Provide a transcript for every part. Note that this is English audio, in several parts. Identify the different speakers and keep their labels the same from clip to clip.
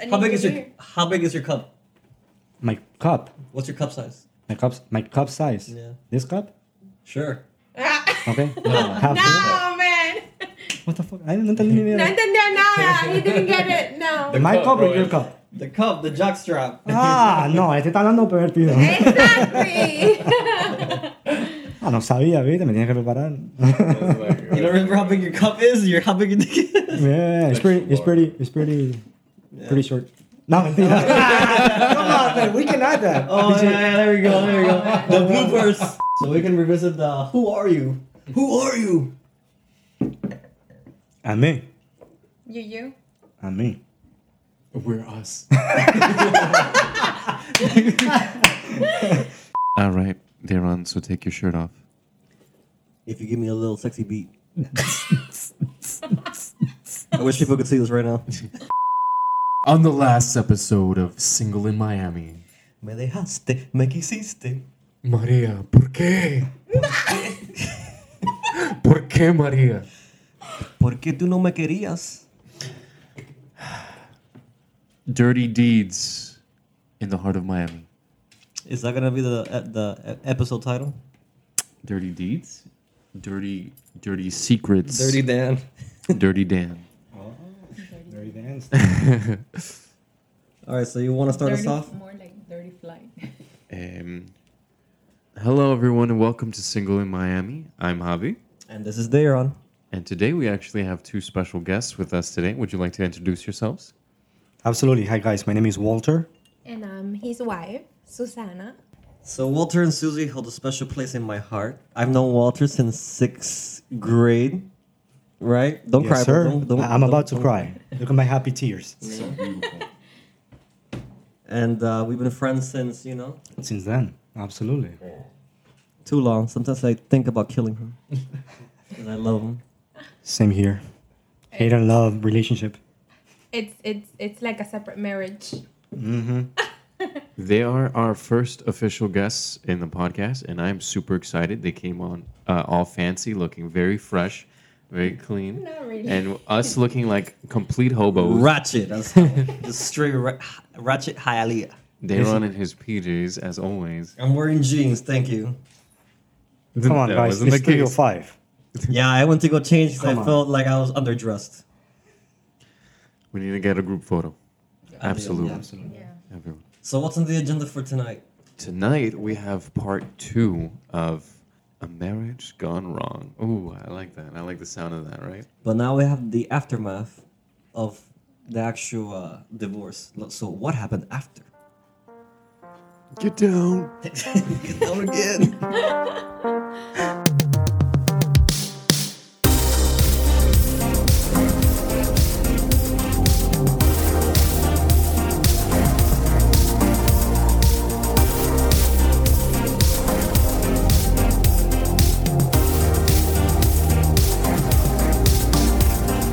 Speaker 1: I need
Speaker 2: How big
Speaker 1: to
Speaker 2: is your
Speaker 1: hear.
Speaker 2: How big is your cup?
Speaker 3: My cup.
Speaker 2: What's your cup size?
Speaker 3: My cups. My cup size.
Speaker 2: Yeah.
Speaker 3: This cup.
Speaker 2: Sure.
Speaker 1: Ah,
Speaker 3: Okay.
Speaker 1: no,
Speaker 3: Half full?
Speaker 1: man.
Speaker 3: What the fuck? I don't understand.
Speaker 1: No, no, no, no. He didn't get it. No.
Speaker 3: My
Speaker 4: cup,
Speaker 3: cup or
Speaker 4: bro,
Speaker 3: your
Speaker 4: is-
Speaker 3: cup?
Speaker 2: The cup, the jock strap.
Speaker 3: Ah, no, este está hablando pervertido.
Speaker 5: Eh.
Speaker 1: Exactly.
Speaker 3: Ah, no sabía, ¿viste? Me tenía que preparar.
Speaker 4: That's like,
Speaker 2: You don't remember how big your cup is? Your how big your dick is?
Speaker 3: Yeah, it's pretty, it's pretty, it's pretty, pretty short. No, mentira. Come on, man, we can add that.
Speaker 2: Oh yeah, yeah, there we go, there we go. The bloopers. So we can revisit the who are you? Who are you?
Speaker 3: A mí,
Speaker 1: you, you.
Speaker 3: a mí.
Speaker 4: We're us. All right, Daron, so take your shirt off.
Speaker 2: If you give me a little sexy beat. I wish people could see this right now.
Speaker 4: On the last episode of Single in Miami,
Speaker 2: Me dejaste, me quisiste.
Speaker 4: Maria, ¿por qué? ¿Por qué, Maria?
Speaker 2: ¿Por qué tú no me querías?
Speaker 4: Dirty deeds in the heart of Miami.
Speaker 2: Is that gonna be the the episode title?
Speaker 4: Dirty deeds? Dirty, dirty secrets.
Speaker 2: Dan.
Speaker 4: dirty Dan.
Speaker 3: Dirty dance.
Speaker 2: All right, so you want to start us
Speaker 5: Dirty-
Speaker 2: off?
Speaker 5: More like dirty fly.
Speaker 4: Um, hello, everyone, and welcome to Single in Miami. I'm Javi,
Speaker 2: And this is Daron.
Speaker 4: and today we actually have two special guests with us today. Would you like to introduce yourselves?
Speaker 3: Absolutely. Hi, guys. My name is Walter.
Speaker 1: And um, his wife, Susanna.
Speaker 2: So Walter and Susie hold a special place in my heart. I've known Walter since sixth grade, right? Don't
Speaker 3: Yes,
Speaker 2: cry,
Speaker 3: sir.
Speaker 2: Don't, don't,
Speaker 3: I- I'm
Speaker 2: don't-
Speaker 3: about to
Speaker 2: don't-
Speaker 3: cry. Look at my happy tears.
Speaker 2: And uh, we've been friends since you know
Speaker 3: Since then, absolutely.
Speaker 2: too long. Sometimes I think about killing him, and I love him.
Speaker 3: Same here. Hate and love relationship.
Speaker 5: It's it's it's like a separate marriage.
Speaker 4: They are our first official guests in the podcast, and I'm super excited. They came on uh, all fancy, looking very fresh, very clean,
Speaker 5: Not really.
Speaker 4: and us looking like complete hobos.
Speaker 2: Ratchet, that's just straight ra- ratchet Hialeah.
Speaker 4: They run in his PJs as always.
Speaker 2: I'm wearing jeans. Thank you.
Speaker 3: Come on,
Speaker 4: That
Speaker 3: guys.
Speaker 4: wasn't
Speaker 3: It's
Speaker 4: the case.
Speaker 3: 305.
Speaker 2: Yeah, I went to go change because I
Speaker 3: Come on.
Speaker 2: felt like I was underdressed.
Speaker 4: We need to get a group photo. Absolutely,
Speaker 3: Absolutely.
Speaker 5: Yeah.
Speaker 4: everyone.
Speaker 2: So what's on the agenda for tonight?
Speaker 4: Tonight we have part two of a marriage gone wrong. Ooh, I like that. I like the sound of that. Right?
Speaker 2: But now we have the aftermath of the actual uh, divorce. Look, So what happened after?
Speaker 4: Get down.
Speaker 2: Get down again.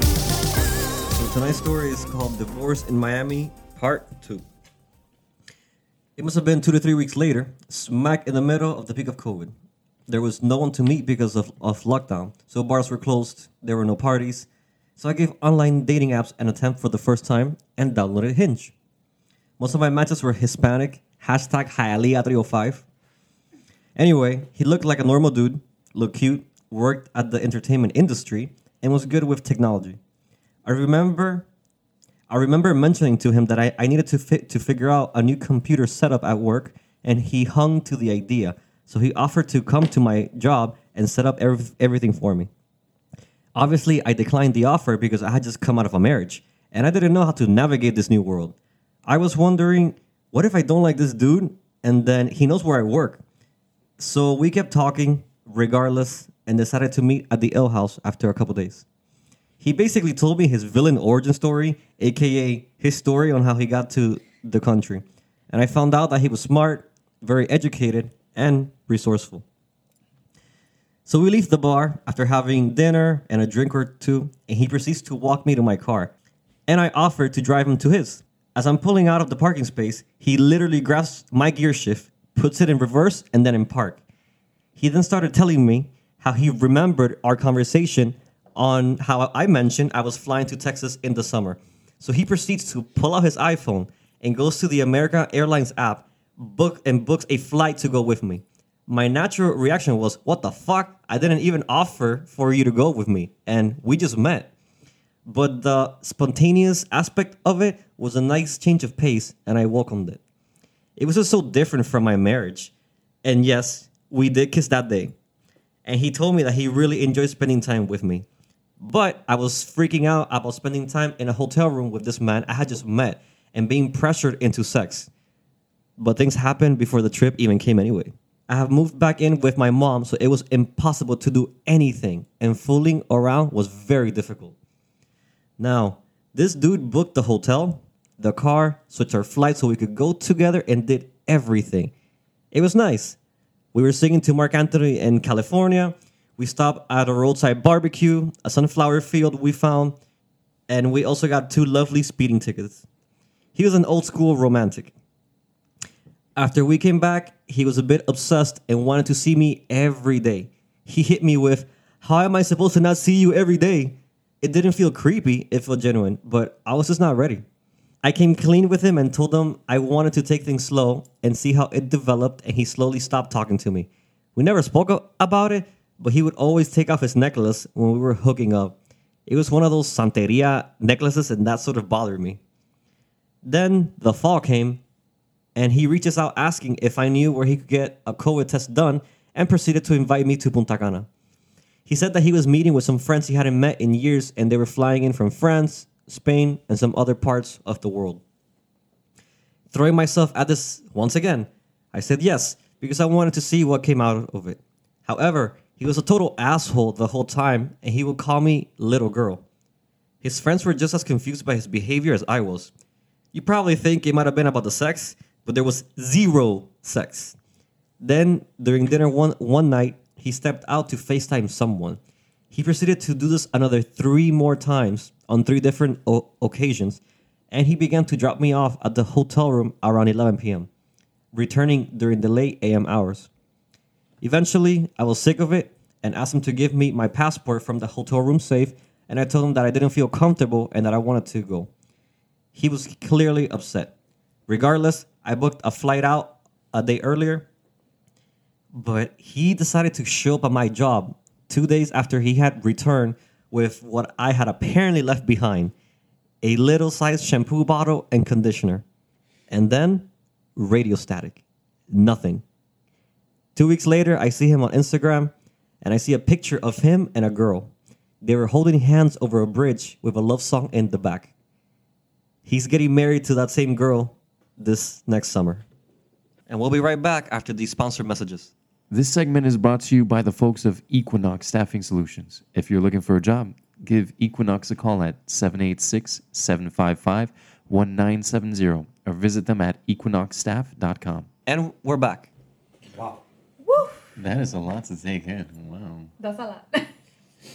Speaker 2: So tonight's story is called Divorce in Miami Part 2. It must have been two to three weeks later, smack in the middle of the peak of COVID. There was no one to meet because of, of lockdown, so bars were closed, there were no parties. So I gave online dating apps an attempt for the first time and downloaded Hinge. Most of my matches were Hispanic, hashtag Hialeah305. Anyway, he looked like a normal dude, looked cute, worked at the entertainment industry, and was good with technology. I remember I remember mentioning to him that I, I needed to fit to figure out a new computer setup at work, and he hung to the idea. So he offered to come to my job and set up every, everything for me. Obviously, I declined the offer because I had just come out of a marriage and I didn't know how to navigate this new world. I was wondering, what if I don't like this dude? And then he knows where I work. So we kept talking regardless and decided to meet at the L house after a couple days he basically told me his villain origin story, aka his story on how he got to the country. And I found out that he was smart, very educated, and resourceful. So we leave the bar after having dinner and a drink or two, and he proceeds to walk me to my car. And I offer to drive him to his. As I'm pulling out of the parking space, he literally grabs my gear shift, puts it in reverse, and then in park. He then started telling me how he remembered our conversation on how I mentioned I was flying to Texas in the summer. So he proceeds to pull out his iPhone and goes to the American Airlines app, book and books a flight to go with me. My natural reaction was, "What the fuck? I didn't even offer for you to go with me, and we just met." But the spontaneous aspect of it was a nice change of pace, and I welcomed it. It was just so different from my marriage. And yes, we did kiss that day. And he told me that he really enjoyed spending time with me. But I was freaking out about spending time in a hotel room with this man I had just met and being pressured into sex. But things happened before the trip even came anyway. I have moved back in with my mom, so it was impossible to do anything, and fooling around was very difficult. Now, this dude booked the hotel, the car, switched our flight so we could go together and did everything. It was nice. We were singing to Mark Anthony in California. We stopped at a roadside barbecue, a sunflower field we found, and we also got two lovely speeding tickets. He was an old school romantic. After we came back, he was a bit obsessed and wanted to see me every day. He hit me with, How am I supposed to not see you every day? It didn't feel creepy, it felt genuine, but I was just not ready. I came clean with him and told him I wanted to take things slow and see how it developed, and he slowly stopped talking to me. We never spoke a- about it, but he would always take off his necklace when we were hooking up. It was one of those Santeria necklaces, and that sort of bothered me. Then the fall came, and he reaches out asking if I knew where he could get a COVID test done and proceeded to invite me to Punta Cana. He said that he was meeting with some friends he hadn't met in years and they were flying in from France, Spain, and some other parts of the world. Throwing myself at this once again, I said yes because I wanted to see what came out of it. However, he was a total asshole the whole time and he would call me little girl. His friends were just as confused by his behavior as I was. You probably think it might have been about the sex, but there was zero sex. Then, during dinner one, one night, he stepped out to FaceTime someone. He proceeded to do this another three more times on three different o- occasions, and he began to drop me off at the hotel room around 11 p.m., returning during the late a.m. hours. Eventually, I was sick of it and asked him to give me my passport from the hotel room safe, and I told him that I didn't feel comfortable and that I wanted to go. He was clearly upset. Regardless, I booked a flight out a day earlier, but he decided to show up at my job two days after he had returned with what I had apparently left behind a little sized shampoo bottle and conditioner. And then radio static. Nothing. Two weeks later, I see him on Instagram and I see a picture of him and a girl. They were holding hands over a bridge with a love song in the back. He's getting married to that same girl this next summer. And we'll be right back after these sponsored messages.
Speaker 4: This segment is brought to you by the folks of Equinox Staffing Solutions. If you're looking for a job, give Equinox a call at 786 755 1970 or visit them at equinoxstaff.com.
Speaker 2: And we're back.
Speaker 4: That is a lot to take in. Wow.
Speaker 5: That's a lot.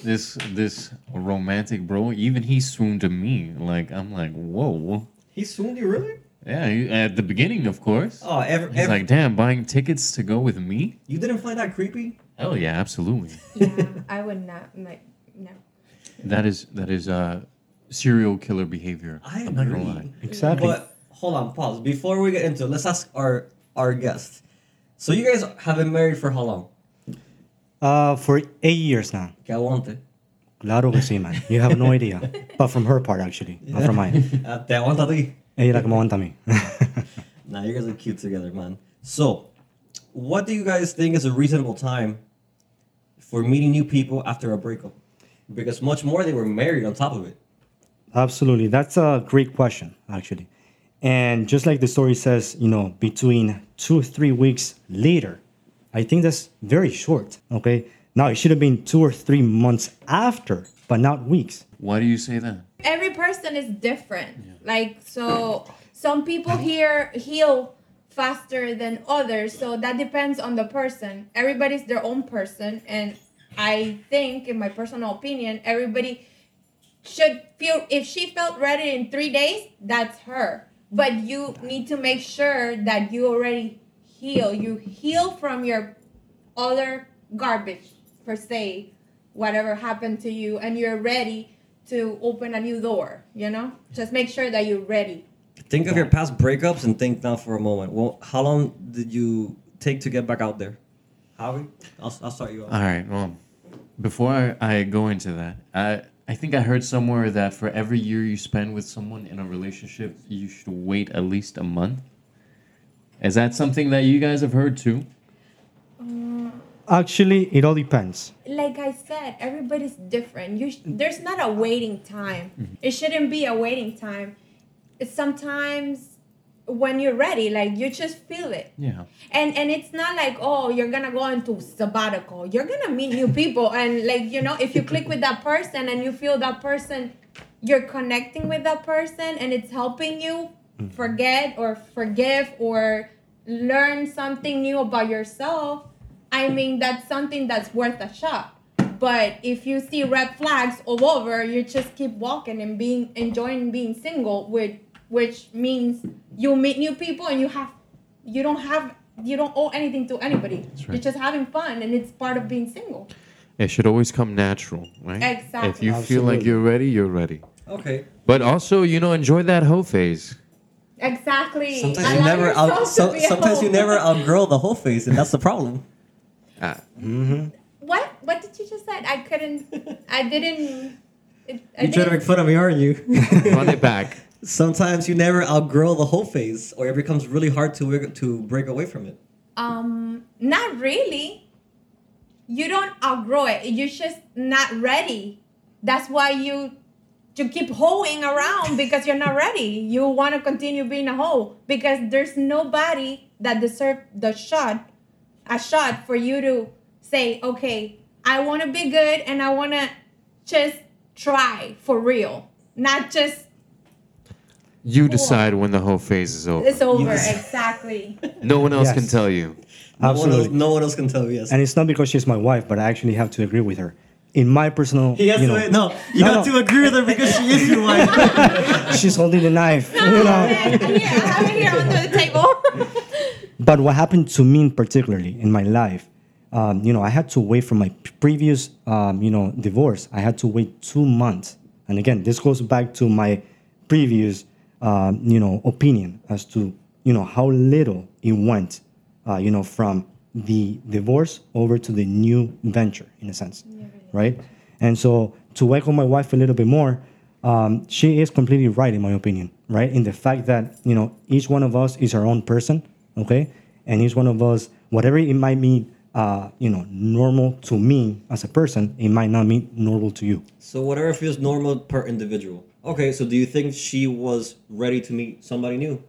Speaker 4: This this romantic bro, even he swooned to me. Like, I'm like, whoa.
Speaker 2: He swooned you, really?
Speaker 4: Yeah, he- at the beginning, of course.
Speaker 2: Oh, ever,
Speaker 4: He's like, damn, buying tickets to go with me?
Speaker 2: you didn't find that creepy?
Speaker 4: Hell yeah, absolutely.
Speaker 5: yeah, I would not like no.
Speaker 4: That is that is uh serial killer behavior.
Speaker 2: I
Speaker 4: I'm not gonna
Speaker 2: agree.
Speaker 4: lie.
Speaker 3: Exactly.
Speaker 2: But hold on, pause. Before we get into it, let's ask our our guest. So you guys have been married for how long?
Speaker 3: Uh, for eight years now.
Speaker 2: Que aguante.
Speaker 3: Claro que sí, man. You have no idea. But from her part, actually, not from mine.
Speaker 2: Uh, te aguanta a ti.
Speaker 3: Ella como aguanta a mí.
Speaker 2: Nah, you guys are cute together, man. So, what do you guys think is a reasonable time for meeting new people after a breakup? Because much more they were married on top of it.
Speaker 3: Absolutely. That's a great question, actually. And just like the story says, you know, between two, three weeks later, I think that's very short. Okay. Now it should have been two or three months after, but not weeks.
Speaker 4: Why do you say that?
Speaker 5: Every person is different. Like so, some people here heal faster than others. So that depends on the person. Everybody's their own person, and I think, in my personal opinion, everybody should feel if she felt ready in three days, that's her. But you need to make sure that you already heal. You heal from your other garbage per se, whatever happened to you, and you're ready to open a new door, you know? Just make sure that you're ready.
Speaker 2: Think of your past breakups and think now for a moment. Well, how long did you take to get back out there? Howie, I'll, I'll start you off.
Speaker 4: All right. Well, before I, I go into that, I I think I heard somewhere that for every year you spend with someone in a relationship, you should wait at least a month. Is that something that you guys have heard too?
Speaker 3: Actually, it all depends.
Speaker 5: Like I said, everybody's different. You sh- there's not a waiting time. It shouldn't be a waiting time. It's sometimes when you're ready, like you just feel it.
Speaker 4: Yeah.
Speaker 5: and and it's not like oh you're gonna go into sabbatical you're gonna meet new people and like you know if you click with that person and you feel that person you're connecting with that person and it's helping you
Speaker 2: Mm-hmm.
Speaker 5: forget or forgive or learn something new about yourself i mean that's something that's worth a shot but if you see red flags all over you just keep walking and being enjoying being single with which means you meet new people and you have you don't have you don't owe anything to anybody
Speaker 4: right.
Speaker 5: you're just having fun and it's part of being single
Speaker 4: It should always come natural, right? If
Speaker 5: Exactly.
Speaker 4: you feel like
Speaker 3: Absolutely.
Speaker 4: you're ready, you're ready.
Speaker 2: Uh, Okay.
Speaker 4: But also, you know, enjoy that hoe phase.
Speaker 5: exactly
Speaker 2: Sometimes
Speaker 5: Allow
Speaker 2: you never
Speaker 5: yourself
Speaker 2: out,
Speaker 5: to
Speaker 2: so,
Speaker 5: be a
Speaker 2: sometimes
Speaker 5: hoe.
Speaker 2: you never outgrow the whole face, and that's the problem.
Speaker 4: Ah,
Speaker 5: what what did you just say i couldn't i didn't it, I
Speaker 2: You try to
Speaker 5: didn't-
Speaker 2: make fun of me, aren't you?
Speaker 4: run it back.
Speaker 2: Sometimes you never outgrow the whole phase, or it becomes really hard to wig- to break away from it.
Speaker 5: um not really you don't outgrow it you're just not ready that's why you you keep hoeing around because you're not ready you want to continue being a hoe because there's nobody that deserves the shot a shot for you to say okay i want to be good and i want to just try for real not just
Speaker 4: You decide when the hoe phase is over.
Speaker 5: it's over
Speaker 2: Yes.
Speaker 5: exactly
Speaker 4: No one else
Speaker 3: Yes.
Speaker 4: can tell you.
Speaker 2: No one, else,
Speaker 3: Absolutely.
Speaker 2: no one else can tell. Yes.
Speaker 3: And it's not because she's my wife, but I actually have to agree with her. In my personal,
Speaker 2: He has
Speaker 3: you
Speaker 2: to
Speaker 3: know,
Speaker 2: no, you
Speaker 3: No,
Speaker 2: have
Speaker 3: no.
Speaker 2: to agree with her because she is your wife.
Speaker 3: she's holding the knife. you know.
Speaker 5: yeah, i have it here under the table
Speaker 3: But what happened to me in particularly in my life, um, you know, I had to wait for my p- previous, um, you know, divorce. I had to wait two months. And again, this goes back to my previous, um, you know, opinion as to, you know, how little it went, uh, you know, from the divorce over to the new venture in a sense, right? And so to welcome my wife a little bit more, um, she is completely right in my opinion, right? In the fact that you know each one of us is our own person, okay, and each one of us, whatever it might mean, uh, you know, normal to me as a person, it might not mean normal to you.
Speaker 2: so whatever feels normal per individual. Okay, so do you think she was ready to meet somebody new?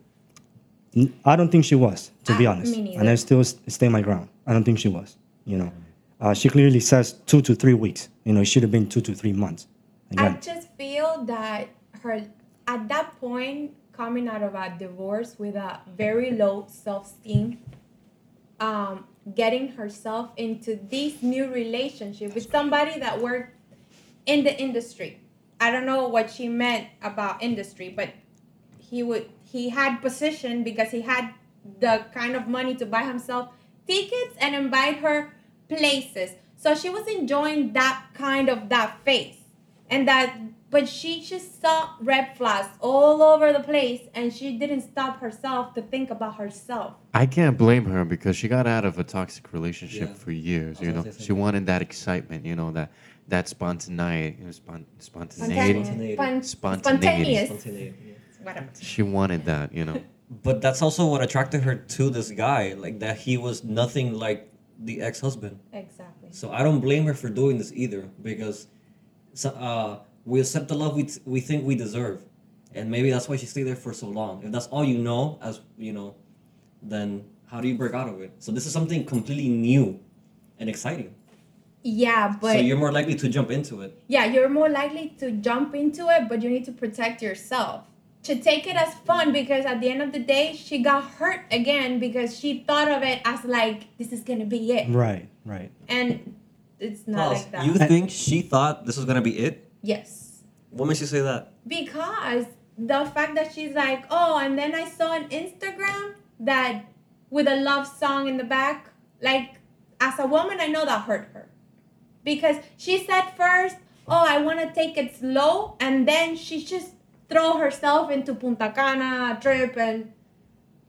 Speaker 3: I don't think she was, to be
Speaker 5: Ah,
Speaker 3: honest,
Speaker 5: me neither.
Speaker 3: and I still s- stay my ground. I don't think she was, you know. Uh, she clearly says two to three weeks. You know, it should have been two to three months.
Speaker 5: I
Speaker 3: Again,
Speaker 5: just feel that her at that point coming out of a divorce with a very low self-esteem um getting herself into this new relationship with somebody that worked in the industry i don't know what she meant about industry but he would he had position because he had the kind of money to buy himself tickets and invite her places so she was enjoying that kind of that face and that but she just saw red flags all over the place and she didn't stop herself to think about herself
Speaker 4: I can't blame her because she got out of a toxic relationship
Speaker 2: Yeah.
Speaker 4: for years.
Speaker 2: was
Speaker 4: You know,
Speaker 2: gonna say
Speaker 4: she
Speaker 2: something.
Speaker 4: wanted that excitement. You know that that spontaneity, you know, spon- spontaneity.
Speaker 2: Spontaneity.
Speaker 5: Spon-
Speaker 4: Spontaneity.
Speaker 5: spontaneous whatever
Speaker 4: She wanted that. You know.
Speaker 2: But that's also what attracted her to this guy, like that he was nothing like the ex-husband.
Speaker 5: exactly
Speaker 2: So I don't blame her for doing this either because so, uh, we accept the love we, t- we think we deserve. And maybe that's why she stayed there for so long. If that's all you know, as you know, then how do you break out of it? So this is something completely new and exciting.
Speaker 5: yeah but
Speaker 2: so you're more likely to jump into it.
Speaker 5: yeah, you're more likely to jump into it, but you need to protect yourself. To take it as fun because at the end of the day, she got hurt again because she thought of it as like, this is gonna be it.
Speaker 3: right, right.
Speaker 5: And it's not
Speaker 2: Plus,
Speaker 5: like that.
Speaker 2: you think she thought this was gonna be it?
Speaker 5: yes.
Speaker 2: What makes you say that?
Speaker 5: because the fact that she's like, oh, and then I saw an Instagram that with a love song in the back, like as a woman, I know that hurt her because she said first, oh, I want to take it slow, and then she just throw herself into Punta Cana trip, and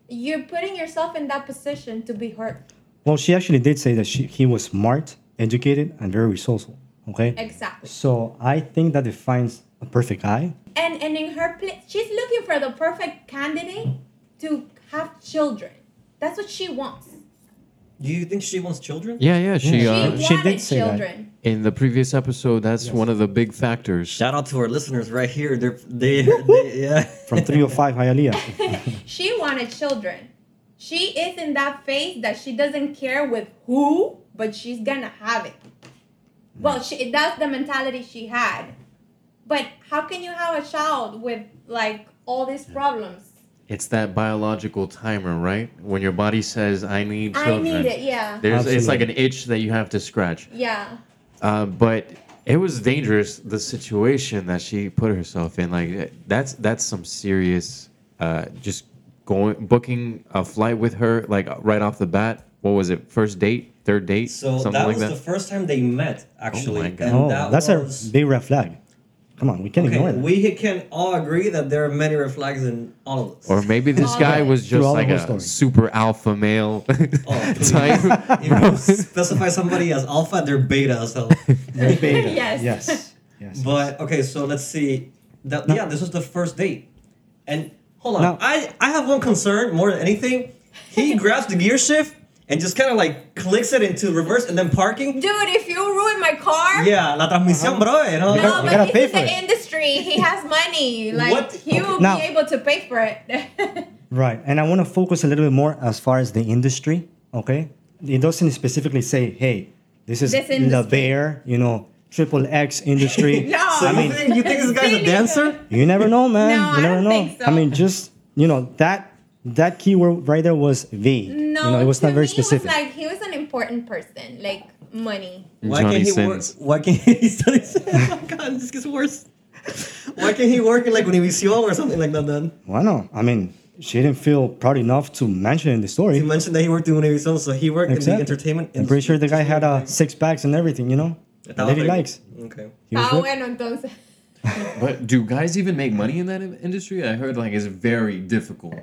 Speaker 5: you're putting yourself in that position to be hurt.
Speaker 3: Well, she actually did say that she, he was smart, educated, and very resourceful. Okay.
Speaker 5: Exactly.
Speaker 3: So I think that defines a perfect guy.
Speaker 5: And and in her place, she's looking for the perfect candidate to have children. That's what she wants.
Speaker 2: Do you think she wants children?
Speaker 4: Yeah, yeah. She,
Speaker 5: She
Speaker 4: uh,
Speaker 5: wanted
Speaker 3: she did say that.
Speaker 5: children.
Speaker 4: in the previous episode, that's one of the big factors.
Speaker 2: Shout out to our listeners right here. They're they, they yeah.
Speaker 3: From 305 Hialeah.
Speaker 5: She wanted children. She is in that phase that she doesn't care with who, but she's gonna have it. Well, she, that's the mentality she had. But how can you have a child with like all these problems?
Speaker 4: It's that biological timer, right? When your body says, "I need
Speaker 5: I
Speaker 4: children."
Speaker 5: need it, yeah.
Speaker 4: There's, it's like an
Speaker 3: Absolutely.
Speaker 4: itch that you have to scratch.
Speaker 5: Yeah.
Speaker 4: Uh, but it was dangerous the situation that she put herself in. Like that's that's some serious. Uh, just going booking a flight with her, like right off the bat. What was it? First date, third date,
Speaker 2: So
Speaker 4: something
Speaker 2: that
Speaker 4: like
Speaker 2: was
Speaker 4: that.
Speaker 2: the first time they met, actually.
Speaker 4: my God.
Speaker 2: And
Speaker 3: Oh,
Speaker 2: that
Speaker 3: that's
Speaker 2: was,
Speaker 3: a big red flag. Come on, we can't
Speaker 2: okay,
Speaker 3: ignore that.
Speaker 2: we can all agree that there are many red flags in all of this.
Speaker 4: or maybe this
Speaker 5: Oh,
Speaker 4: guy
Speaker 5: yeah.
Speaker 4: was
Speaker 3: Through
Speaker 4: just
Speaker 3: all the
Speaker 4: like
Speaker 3: whole story.
Speaker 4: a super alpha male
Speaker 2: Oh, please.
Speaker 4: type.
Speaker 2: if you specify somebody as alpha, they're beta as hell.
Speaker 5: Yes.
Speaker 3: Yes. Yes.
Speaker 2: But okay, so let's see. That, Yeah, this was the first date, and hold on,
Speaker 3: No.
Speaker 2: I I have one concern more than anything. He grabs the gear shift and just kind of like clicks it into reverse and then parking.
Speaker 5: Dude, if you ruin my car,
Speaker 2: Yeah, la
Speaker 3: Uh-huh.
Speaker 2: transmisión, bro. You know?
Speaker 5: no,
Speaker 3: gotta- you
Speaker 5: but this
Speaker 3: gotta pay
Speaker 5: is
Speaker 3: for
Speaker 5: the
Speaker 3: it.
Speaker 5: industry. He has money. Like
Speaker 2: What?
Speaker 5: he will
Speaker 3: Now-
Speaker 5: be able to pay for it.
Speaker 3: Right. And I want to focus a little bit more as far as the industry. Okay. It doesn't specifically say, hey, this is
Speaker 5: This
Speaker 3: the
Speaker 5: industry.
Speaker 3: bear, you know, triple X industry.
Speaker 5: No.
Speaker 2: So
Speaker 5: I
Speaker 2: you
Speaker 5: mean-
Speaker 2: think you think this guy's a dancer?
Speaker 3: You never know, man.
Speaker 5: No,
Speaker 3: you
Speaker 5: I
Speaker 3: never
Speaker 5: don't
Speaker 3: know.
Speaker 5: think so.
Speaker 3: I mean, just you know that that keyword right there was vague.
Speaker 5: No,
Speaker 3: you know, it was
Speaker 5: to
Speaker 3: not very
Speaker 5: me, it
Speaker 3: specific.
Speaker 5: was like he was an important person, like money.
Speaker 2: Why
Speaker 4: Johnny
Speaker 2: can't he work?
Speaker 4: Sins.
Speaker 2: Why can't he study sins? Oh my god, this gets worse. Why can't he work in like Univision or something like that then?
Speaker 3: Why not? I mean, she didn't feel proud enough to mention in the story.
Speaker 2: He mentioned that he worked in Univision, so he worked in the
Speaker 3: Exactly.
Speaker 2: entertainment
Speaker 3: I'm pretty sure the guy had uh, six packs and everything. You know,
Speaker 2: That was
Speaker 3: lady
Speaker 2: like-
Speaker 3: likes.
Speaker 2: Okay.
Speaker 3: He was
Speaker 5: Ah,
Speaker 3: good.
Speaker 5: bueno, entonces.
Speaker 4: But do guys even make money in that in- industry? I heard like it's very difficult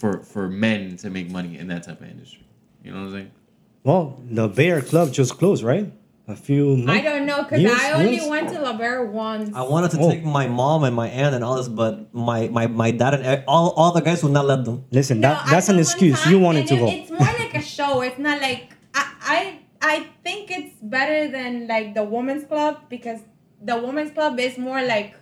Speaker 4: for for men to make money in that type of industry. You know what I'm saying?
Speaker 3: Well, the Bear Club just closed, right? A few. Months.
Speaker 5: I don't know, cause
Speaker 3: Yes,
Speaker 5: I only
Speaker 3: yes.
Speaker 5: went to La Vera once.
Speaker 2: I wanted to
Speaker 3: Oh.
Speaker 2: take my mom and my aunt and all this, but my, my, my dad and e- all, all the guys would not let them.
Speaker 3: Listen,
Speaker 5: No,
Speaker 3: that,
Speaker 5: I
Speaker 3: that's an
Speaker 5: went one
Speaker 3: excuse.
Speaker 5: time,
Speaker 3: You wanted
Speaker 5: and
Speaker 3: to
Speaker 5: it-
Speaker 3: go.
Speaker 5: It's more like a show. It's not like I, I I think it's better than like the women's club because the women's club is more like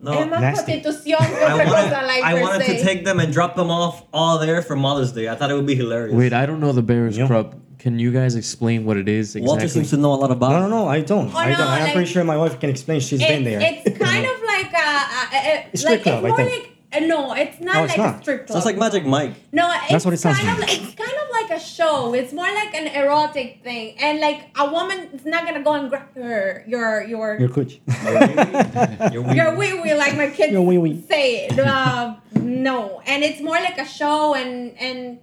Speaker 2: No,
Speaker 5: es más
Speaker 3: nasty.
Speaker 5: prostitución que
Speaker 2: I
Speaker 5: otra
Speaker 2: wanted,
Speaker 5: cosa, like
Speaker 2: I
Speaker 5: per
Speaker 2: wanted to
Speaker 5: se.
Speaker 2: take them and drop them off all there for Mother's Day. I thought it would be hilarious.
Speaker 4: Wait, I don't know the Bears
Speaker 3: Yeah.
Speaker 4: Club. Can you guys explain what it is exactly?
Speaker 2: Walter seems to know a lot about
Speaker 3: No, no, no. I don't.
Speaker 5: Oh,
Speaker 3: I don't.
Speaker 5: no,
Speaker 3: I'm pretty
Speaker 5: like-
Speaker 3: sure my wife can explain. She's
Speaker 5: It-
Speaker 3: been there.
Speaker 5: It's kind of like a, a, a- a-
Speaker 3: It's
Speaker 5: like
Speaker 3: strip club, I
Speaker 5: it's more
Speaker 3: think.
Speaker 5: like uh, no, it's not
Speaker 3: No, it's
Speaker 5: like
Speaker 3: not.
Speaker 5: a strip club.
Speaker 2: Sounds like Magic Mike.
Speaker 5: No, it's
Speaker 3: what it sounds
Speaker 5: kind of
Speaker 3: like.
Speaker 5: like. It's kind of like a show. It's more like an erotic thing, and like a woman is not gonna go and grab her your your
Speaker 3: Your coach.
Speaker 2: You're
Speaker 5: your
Speaker 2: weird.
Speaker 5: wee wee like my kids
Speaker 3: Your wee-wee.
Speaker 5: say it. Uh, no, and it's more like a show, and and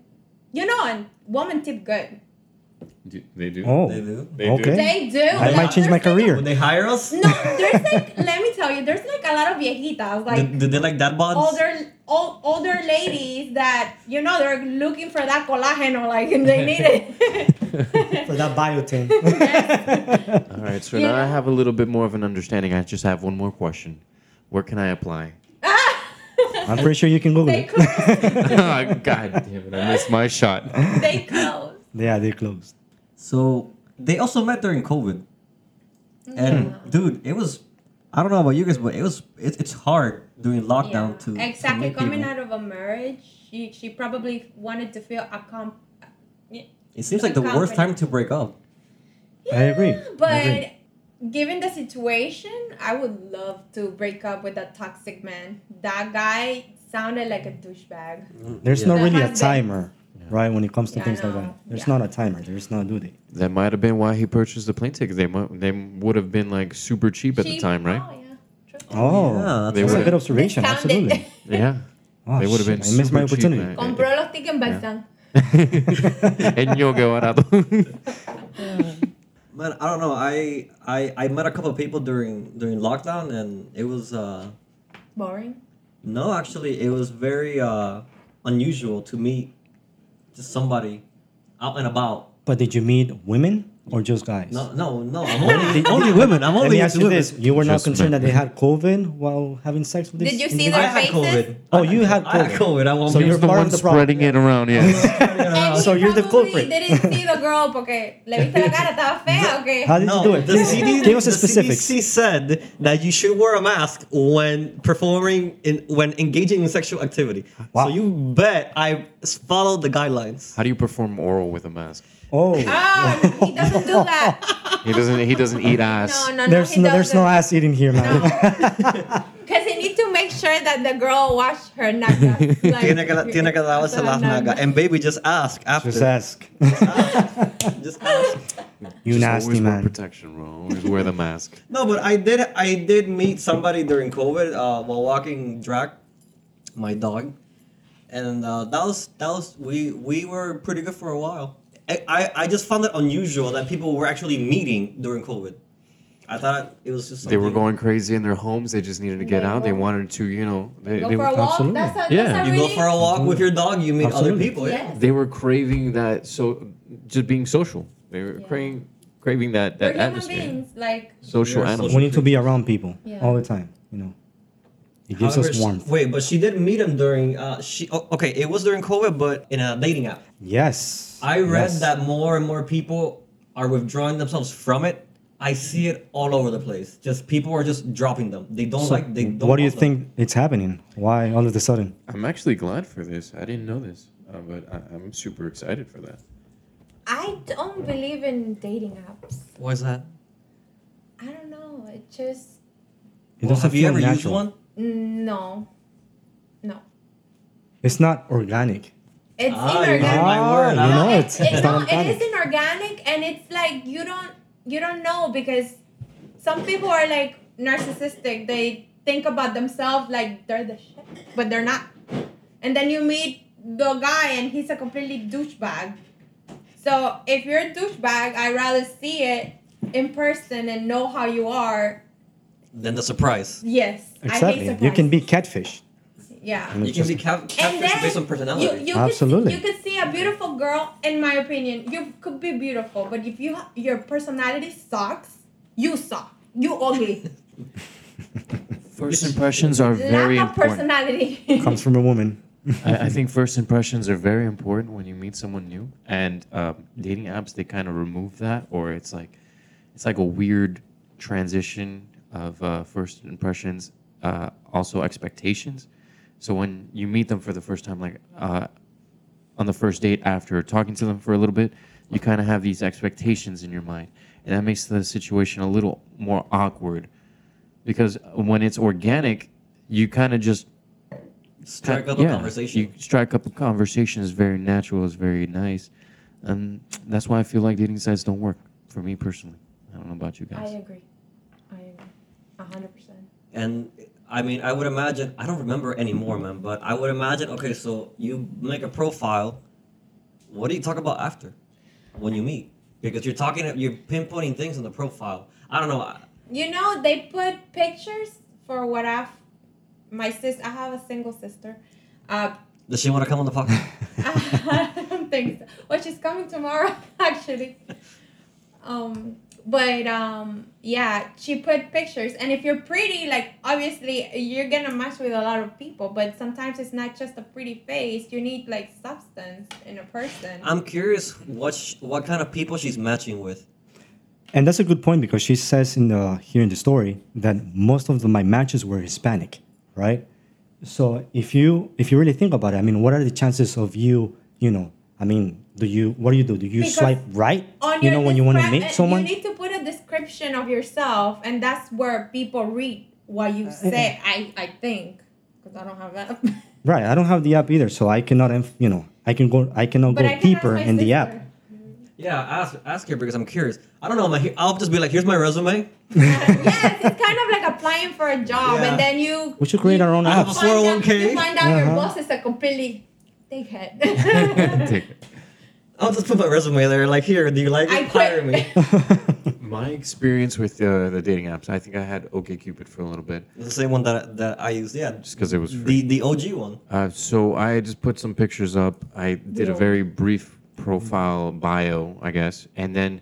Speaker 5: you know, and women tip good.
Speaker 4: Do- they do.
Speaker 3: Oh.
Speaker 2: They do.
Speaker 4: They do.
Speaker 3: okay.
Speaker 5: They do.
Speaker 3: I might change my career.
Speaker 2: Would they hire us?
Speaker 5: No, there's like let me tell you, there's like a lot of viejitas like.
Speaker 2: Did, did they like dad bods?
Speaker 5: older old, older ladies that you know they're looking for that collagen or like and they need it.
Speaker 3: For that biotin.
Speaker 4: All right. So
Speaker 5: Yeah.
Speaker 4: now I have a little bit more of an understanding. I just have one more question. Where can I apply?
Speaker 3: I'm pretty sure you can Google
Speaker 5: they
Speaker 3: it.
Speaker 5: close.
Speaker 4: God damn it! I missed my shot.
Speaker 5: They close.
Speaker 3: Yeah, they closed.
Speaker 2: So they also met during COVID. And
Speaker 5: Mm.
Speaker 2: dude, it was I don't know about you guys, but it was it, it's hard during lockdown to to
Speaker 5: exactly
Speaker 2: meet
Speaker 5: coming
Speaker 2: people.
Speaker 5: out of a marriage, she she probably wanted to feel accom. Yeah,
Speaker 2: It seems like the worst time to break up.
Speaker 3: I agree.
Speaker 5: But
Speaker 3: I agree.
Speaker 5: given the situation, I would love to break up with that toxic man. That guy sounded like a douchebag.
Speaker 3: There's not
Speaker 5: Yeah.
Speaker 3: really a
Speaker 5: Husband.
Speaker 3: timer, right? When it comes to
Speaker 5: Yeah, I
Speaker 3: things like
Speaker 5: know.
Speaker 3: that, there's
Speaker 5: Yeah.
Speaker 3: not a timer. There's not a due date.
Speaker 4: That might have been why he purchased the plane ticket. They might, they would have been like super cheap at the
Speaker 5: She-
Speaker 4: time, right?
Speaker 5: Oh, yeah. True.
Speaker 3: Oh,
Speaker 2: Yeah, that's
Speaker 3: that's a
Speaker 4: right.
Speaker 3: good observation.
Speaker 5: Discounted.
Speaker 3: Absolutely.
Speaker 4: Yeah.
Speaker 3: Wow,
Speaker 4: They would've
Speaker 3: shit,
Speaker 4: been
Speaker 3: I missed my
Speaker 4: super cheap,
Speaker 3: opportunity.
Speaker 4: man.
Speaker 5: Compró los tickets en Balsam.
Speaker 4: and you'll go out.
Speaker 2: Man, I don't know. I I I met a couple of people during during lockdown, and it was uh
Speaker 5: Boring.
Speaker 2: no, actually, it was very uh unusual to meet just somebody out and about.
Speaker 3: But did you meet women or just guys?
Speaker 2: No, no, no. I'm only only women. I'm
Speaker 3: Let
Speaker 2: only
Speaker 3: me ask
Speaker 2: into
Speaker 3: you
Speaker 2: women.
Speaker 3: this: You were not
Speaker 4: Just
Speaker 3: concerned that
Speaker 4: men.
Speaker 3: they had COVID while having sex with
Speaker 5: Did
Speaker 3: these
Speaker 5: you see
Speaker 3: individuals?
Speaker 5: their
Speaker 2: I had
Speaker 5: faces?
Speaker 2: COVID.
Speaker 3: Oh, you had
Speaker 2: I had
Speaker 3: COVID.
Speaker 2: COVID. I won't
Speaker 3: So
Speaker 2: be-
Speaker 3: you're
Speaker 4: He's the
Speaker 3: part
Speaker 4: one
Speaker 3: of the problem.
Speaker 4: spreading it around. Yes.
Speaker 5: And he
Speaker 3: Uh, So you're the
Speaker 5: probably
Speaker 3: culprit.
Speaker 5: didn't see the girl porque le viste la cara, estaba fea, okay?
Speaker 3: How did you do it?
Speaker 2: The CDC,
Speaker 3: Give us the
Speaker 2: the
Speaker 3: specifics.
Speaker 2: CDC said that you should wear a mask when performing in when engaging in sexual activity.
Speaker 3: Wow.
Speaker 2: So you bet I s- followed the guidelines.
Speaker 4: How do you perform oral with a mask?
Speaker 3: Oh,
Speaker 5: Oh, he doesn't do that.
Speaker 4: He doesn't. He doesn't eat ass.
Speaker 5: No, no, no.
Speaker 3: there's
Speaker 5: he
Speaker 3: no, there's no
Speaker 5: doesn't.
Speaker 3: ass eating here, man.
Speaker 5: Because he needs to make sure that the girl wash her nagas. Like,
Speaker 2: Tiene que, tiene que darse
Speaker 5: so
Speaker 2: las
Speaker 5: nalga.
Speaker 2: nalgas. And baby, just ask after.
Speaker 3: Just ask.
Speaker 2: Just ask.
Speaker 3: You
Speaker 4: Just
Speaker 3: nasty
Speaker 4: always Wear
Speaker 3: man.
Speaker 4: protection, bro. Always wear the mask.
Speaker 2: No, but I did. I did meet somebody during COVID uh, while walking drag, my dog, and uh, that was that was we we were pretty good for a while. I, I, I just found it unusual that people were actually meeting during COVID. I thought it was just
Speaker 4: They were
Speaker 2: something-
Speaker 4: going crazy in their homes. They just needed to get out. They wanted to, you know, they,
Speaker 5: Go
Speaker 4: they,
Speaker 5: for a walk.
Speaker 3: Absolutely.
Speaker 5: That's a,
Speaker 4: Yeah.
Speaker 5: that's a
Speaker 2: You
Speaker 5: really,
Speaker 2: go for a walk with your dog, you meet other
Speaker 3: Absolutely.
Speaker 2: people.
Speaker 5: Yes.
Speaker 4: they were craving that. So just being social. They were
Speaker 5: Yeah.
Speaker 4: craving craving that
Speaker 5: We're
Speaker 4: that
Speaker 5: human
Speaker 4: atmosphere.
Speaker 5: beings. Like,
Speaker 2: We
Speaker 4: Social
Speaker 2: are
Speaker 4: animals.
Speaker 2: social.
Speaker 3: We need to be around people
Speaker 5: Yeah.
Speaker 3: all the time. You know, it gives
Speaker 2: However,
Speaker 3: us
Speaker 2: she-
Speaker 3: warmth.
Speaker 2: wait, but she did meet him during uh, she. Oh, okay, it was during COVID, but in a dating app.
Speaker 3: Yes.
Speaker 2: I read
Speaker 3: Yes.
Speaker 2: that more and more people are withdrawing themselves from it. I see it all over the place. Just people are just dropping them. They don't
Speaker 3: So
Speaker 2: like. They don't.
Speaker 3: what do you
Speaker 2: want them.
Speaker 3: think it's happening? Why all of a sudden?
Speaker 4: I'm actually glad for this. I didn't know this, uh, but I, I'm super excited for that.
Speaker 5: I don't believe in dating apps.
Speaker 2: Why is that?
Speaker 5: I don't know. It just
Speaker 3: It
Speaker 2: Well,
Speaker 3: doesn't
Speaker 2: have you
Speaker 3: feel
Speaker 2: ever used
Speaker 3: natural.
Speaker 2: one?
Speaker 5: no, no.
Speaker 3: It's not organic.
Speaker 5: It's
Speaker 2: Ah, you
Speaker 5: inorganic.
Speaker 2: had my
Speaker 3: Ah,
Speaker 2: word.
Speaker 3: you
Speaker 2: huh?
Speaker 3: know
Speaker 5: No,
Speaker 3: it.
Speaker 5: it's, it,
Speaker 3: It's
Speaker 5: no, it
Speaker 3: not organic.
Speaker 5: is inorganic, and it's like you don't you don't know because some people are like narcissistic. They think about themselves like they're the shit, but they're not. And then you meet the guy, and he's a completely douchebag. So if you're a douchebag, I'd rather see it in person and know how you are.
Speaker 2: Then the surprise.
Speaker 5: Yes, I
Speaker 3: Exactly.
Speaker 5: hate
Speaker 3: You can be
Speaker 5: surprises.
Speaker 3: catfish.
Speaker 5: yeah.
Speaker 2: You can be cap-
Speaker 5: And
Speaker 2: catfished
Speaker 5: then
Speaker 2: based on personality.
Speaker 5: You, you
Speaker 3: Absolutely.
Speaker 5: Could see, you could see a beautiful girl, in my opinion. You could be beautiful, but if you your personality sucks, you suck. You ugly.
Speaker 4: First impressions are very
Speaker 5: Lack of
Speaker 4: important.
Speaker 5: personality.
Speaker 3: Comes from a woman.
Speaker 4: I, I think first impressions are very important when you meet someone new, and um, dating apps they kind of remove that, or it's like it's like a weird transition of uh, first impressions, uh, also expectations. So when you meet them for the first time, like uh, on the first date after talking to them for a little bit, you kind of have these expectations in your mind, and that makes the situation a little more awkward because when it's organic, you kind of just
Speaker 2: Strike up a conversation.
Speaker 4: you strike up a conversation is very natural, is very nice, and that's why I feel like dating sites don't work for me personally. I don't know about you
Speaker 5: I
Speaker 4: guys.
Speaker 5: agree. I agree. A hundred percent.
Speaker 2: and I mean, I would imagine. I don't remember anymore, man. But I would imagine. Okay, so you make a profile. What do you talk about after, when you meet? Because you're talking, you're pinpointing things in the profile. I don't know. I-
Speaker 5: You know they put pictures for what I've my sis. I have a single sister. Uh,
Speaker 2: Does she want to come on the podcast?
Speaker 5: I don't think so. Well, she's coming tomorrow, actually. Um, but um, yeah, she put pictures, and if you're pretty, like obviously you're gonna match with a lot of people. But sometimes it's not just a pretty face; you need like substance in a person.
Speaker 2: I'm curious what sh- what kind of people she's matching with.
Speaker 3: And that's a good point because she says in the here in the story that most of the, my matches were Hispanic, right? So if you if you really think about it, I mean, what are the chances of you, you know, I mean, do you what do you do? Do you
Speaker 5: Because
Speaker 3: swipe right?
Speaker 5: On
Speaker 3: You
Speaker 5: your
Speaker 3: know when you want to
Speaker 5: describe- uh,
Speaker 3: meet someone?
Speaker 5: you need to put a description of yourself, and that's where people read what
Speaker 3: Uh,
Speaker 5: you say. I I think because I don't have that.
Speaker 3: Right, I don't have the app either, so I cannot, enf- you know, I can go, I cannot
Speaker 5: But
Speaker 3: go
Speaker 5: I can ask
Speaker 3: deeper
Speaker 5: my
Speaker 3: in the app.
Speaker 5: sister.
Speaker 2: Yeah, ask ask her because I'm curious. I don't know. My, he- I'll just be like, here's my resume.
Speaker 5: yes, it's kind of like applying for a job,
Speaker 2: Yeah. oh
Speaker 5: and then you.
Speaker 3: We should create
Speaker 5: you
Speaker 3: our own
Speaker 2: I have a
Speaker 3: app.
Speaker 5: find out-
Speaker 2: 401k.
Speaker 5: You find out your
Speaker 3: Uh-huh.
Speaker 5: boss is a completely dickhead.
Speaker 4: Take it.
Speaker 2: I'll just put my resume there. Like, here, do you like
Speaker 5: I
Speaker 2: it? Hire
Speaker 5: quit.
Speaker 2: me.
Speaker 4: My experience with uh, the dating apps, I think I had OkCupid for a little bit.
Speaker 2: the same one that that I used. Yeah,
Speaker 4: Just 'cause it was
Speaker 2: the the OG one.
Speaker 4: Uh, so I just put some pictures up. I did a very brief profile bio, I guess, and then,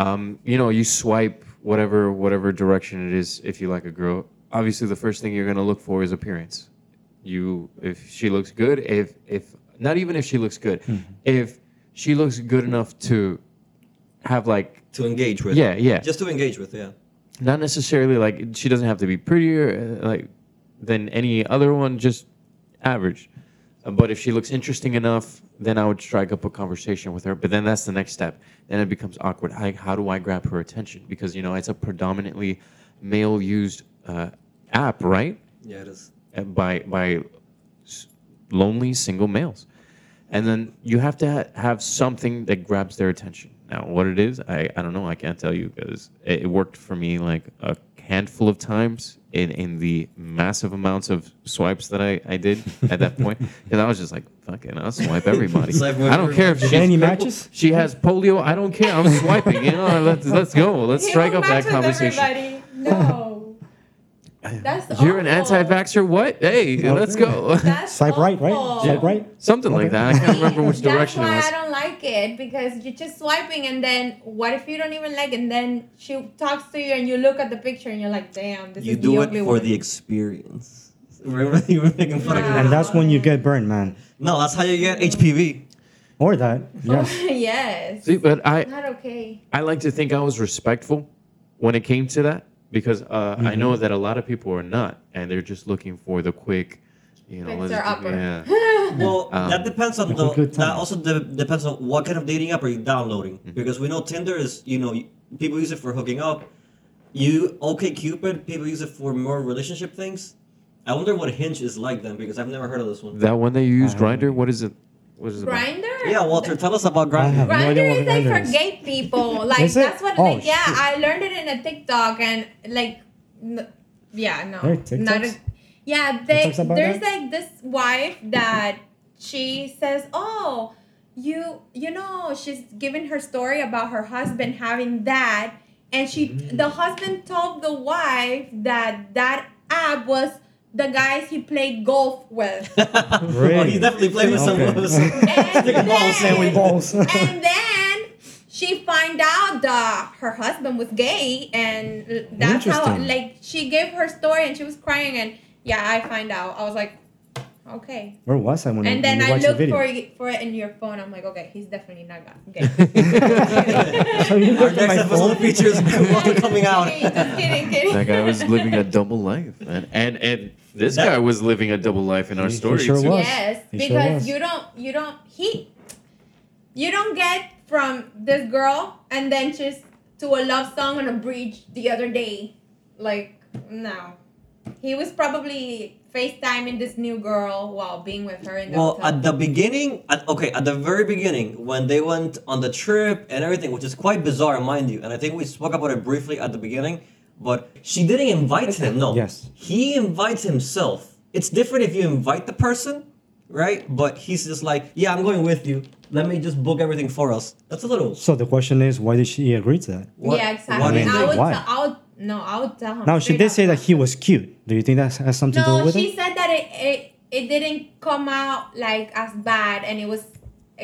Speaker 4: um, you know, you swipe whatever whatever direction it is if you like a girl. Obviously, the first thing you're gonna look for is appearance. You, if she looks good, if if not even if she looks good, if she looks good enough to have like
Speaker 2: to engage with.
Speaker 4: Yeah, yeah.
Speaker 2: Just to engage with, yeah.
Speaker 4: not necessarily like she doesn't have to be prettier uh, like than any other one just average Uh, but if she looks interesting enough then i would strike up a conversation with her but then that's the next step then it becomes awkward I, how do i grab her attention because you know it's a predominantly male used uh, app right
Speaker 2: Yeah, it is.
Speaker 4: uh, by by s- lonely single males, and then you have to ha- have something that grabs their attention. Now, what it is, I, I don't know. I can't tell you because it, it worked for me like a handful of times in, in the massive amounts of swipes that I, I did at that point. And I was just like, fucking, I'll swipe everybody.
Speaker 2: Swipe
Speaker 4: I don't care if
Speaker 2: everybody.
Speaker 4: she's
Speaker 3: Any
Speaker 4: crippled,
Speaker 3: matches?
Speaker 4: She has polio. I don't care. I'm swiping. You know, let's let's go. Let's
Speaker 5: He
Speaker 4: strike
Speaker 5: will
Speaker 4: up
Speaker 5: match
Speaker 4: that
Speaker 5: with
Speaker 4: conversation.
Speaker 5: everybody. No. That's
Speaker 4: You're an
Speaker 5: awful.
Speaker 4: anti-vaxxer. What? Hey, let's go.
Speaker 5: That's
Speaker 3: Swipe right, right?
Speaker 5: awful.
Speaker 3: Swipe right?
Speaker 4: Something like that. I can't remember which direction it
Speaker 5: That's why
Speaker 4: was.
Speaker 5: I don't like it because you're just swiping and then what if you don't even like it and then she talks to you and you look at the picture and you're like, damn, this
Speaker 2: You
Speaker 5: is
Speaker 2: do
Speaker 5: the
Speaker 2: it
Speaker 5: ugly
Speaker 2: for
Speaker 5: one.
Speaker 2: the experience. Remember, you were making fun of
Speaker 5: Wow.
Speaker 2: me.
Speaker 3: And that's when you get burned, man.
Speaker 2: No, that's how you get HPV.
Speaker 3: Or that. Yes.
Speaker 5: yes.
Speaker 4: See, but I,
Speaker 5: Not okay.
Speaker 4: I like to think I was respectful when it came to that because uh, I
Speaker 3: Mm-hmm.
Speaker 4: know that a lot of people are not, and they're just looking for the quick, you know,
Speaker 5: Fixer upper.
Speaker 4: yeah.
Speaker 2: Well,
Speaker 4: Um,
Speaker 2: that depends on
Speaker 3: It's a
Speaker 2: the.
Speaker 3: good
Speaker 2: That
Speaker 3: time.
Speaker 2: also de- depends on what kind of dating app are you downloading
Speaker 4: Mm-hmm.
Speaker 2: because we know Tinder is you know people use it for hooking up. You OK Cupid people use it for more relationship things. I wonder what Hinge is like then because I've never heard of this one.
Speaker 4: That one that you use,
Speaker 3: I haven't.
Speaker 4: grinder. What is it? What is it? about?
Speaker 5: Grinder?
Speaker 2: Yeah, Walter, tell us about
Speaker 3: I
Speaker 2: Grindr.
Speaker 3: have no
Speaker 5: Grinder
Speaker 3: idea what
Speaker 5: is like
Speaker 3: Grindr
Speaker 5: for
Speaker 3: is.
Speaker 5: gay people. Like
Speaker 3: Is it?
Speaker 5: that's what.
Speaker 3: Oh,
Speaker 5: like, yeah,
Speaker 3: shit.
Speaker 5: I learned it in a TikTok and like, n- yeah, no,
Speaker 3: There are
Speaker 5: not. A,
Speaker 3: TikToks?
Speaker 5: yeah, they,
Speaker 3: TikToks about
Speaker 5: there's
Speaker 3: that?
Speaker 5: like this wife that she says, oh, you you know, she's giving her story about her husband having that, and she
Speaker 3: Mm.
Speaker 5: the husband told the wife that that app was the guys he played golf with.
Speaker 2: oh, he definitely played with someone.
Speaker 3: Okay.
Speaker 2: who's- Stick
Speaker 5: And
Speaker 2: balls,
Speaker 5: then-
Speaker 2: sandwich
Speaker 3: balls.
Speaker 5: and then she find out that her husband was gay, and that's how
Speaker 3: Interesting.
Speaker 5: like she gave her story, and she was crying, and yeah, I find out. I was like, okay.
Speaker 3: Where was I when, I-
Speaker 5: And
Speaker 3: when
Speaker 5: then
Speaker 3: you
Speaker 5: I
Speaker 3: watched the
Speaker 5: looked
Speaker 3: video?
Speaker 5: for it, for it in your phone. I'm like, okay, he's definitely not gay.
Speaker 3: So you
Speaker 2: Our
Speaker 3: looked at
Speaker 2: next
Speaker 3: my phone?
Speaker 2: episode features Walter coming out.
Speaker 5: Kidding, just kidding, kidding.
Speaker 4: That guy was living a double life, and and, and this
Speaker 2: That-
Speaker 4: guy was living a double life in our
Speaker 3: He- he
Speaker 4: story
Speaker 3: sure
Speaker 4: too.
Speaker 3: was.
Speaker 5: Yes,
Speaker 3: He sure
Speaker 5: because
Speaker 3: was.
Speaker 5: you don't, you don't, he, you don't get from this girl and then just to a love song on a bridge the other day. Like, no. He was probably FaceTiming this new girl while being with her in the
Speaker 2: Well,
Speaker 5: hotel.
Speaker 2: at the beginning, at, okay, at the very beginning, when they went on the trip and everything, which is quite bizarre, mind you, and I think we spoke about it briefly at the beginning, but she didn't invite him, no.
Speaker 3: Yes.
Speaker 2: He invites himself. It's different if you invite the person, right? But he's just like, yeah, I'm going with you. Let me just book everything for us. That's a little.
Speaker 3: So the question is, why did she agree to that?
Speaker 2: What-
Speaker 5: yeah, exactly.
Speaker 2: what is
Speaker 5: I
Speaker 2: it?
Speaker 5: would,
Speaker 3: Why?
Speaker 5: tell- I would, no, I would tell him.
Speaker 3: Now she
Speaker 5: straight
Speaker 3: did
Speaker 5: up.
Speaker 3: say that he was cute. Do you think that has something to do
Speaker 5: No,
Speaker 3: with
Speaker 5: she
Speaker 3: it?
Speaker 5: said that it, it it didn't come out like as bad and it was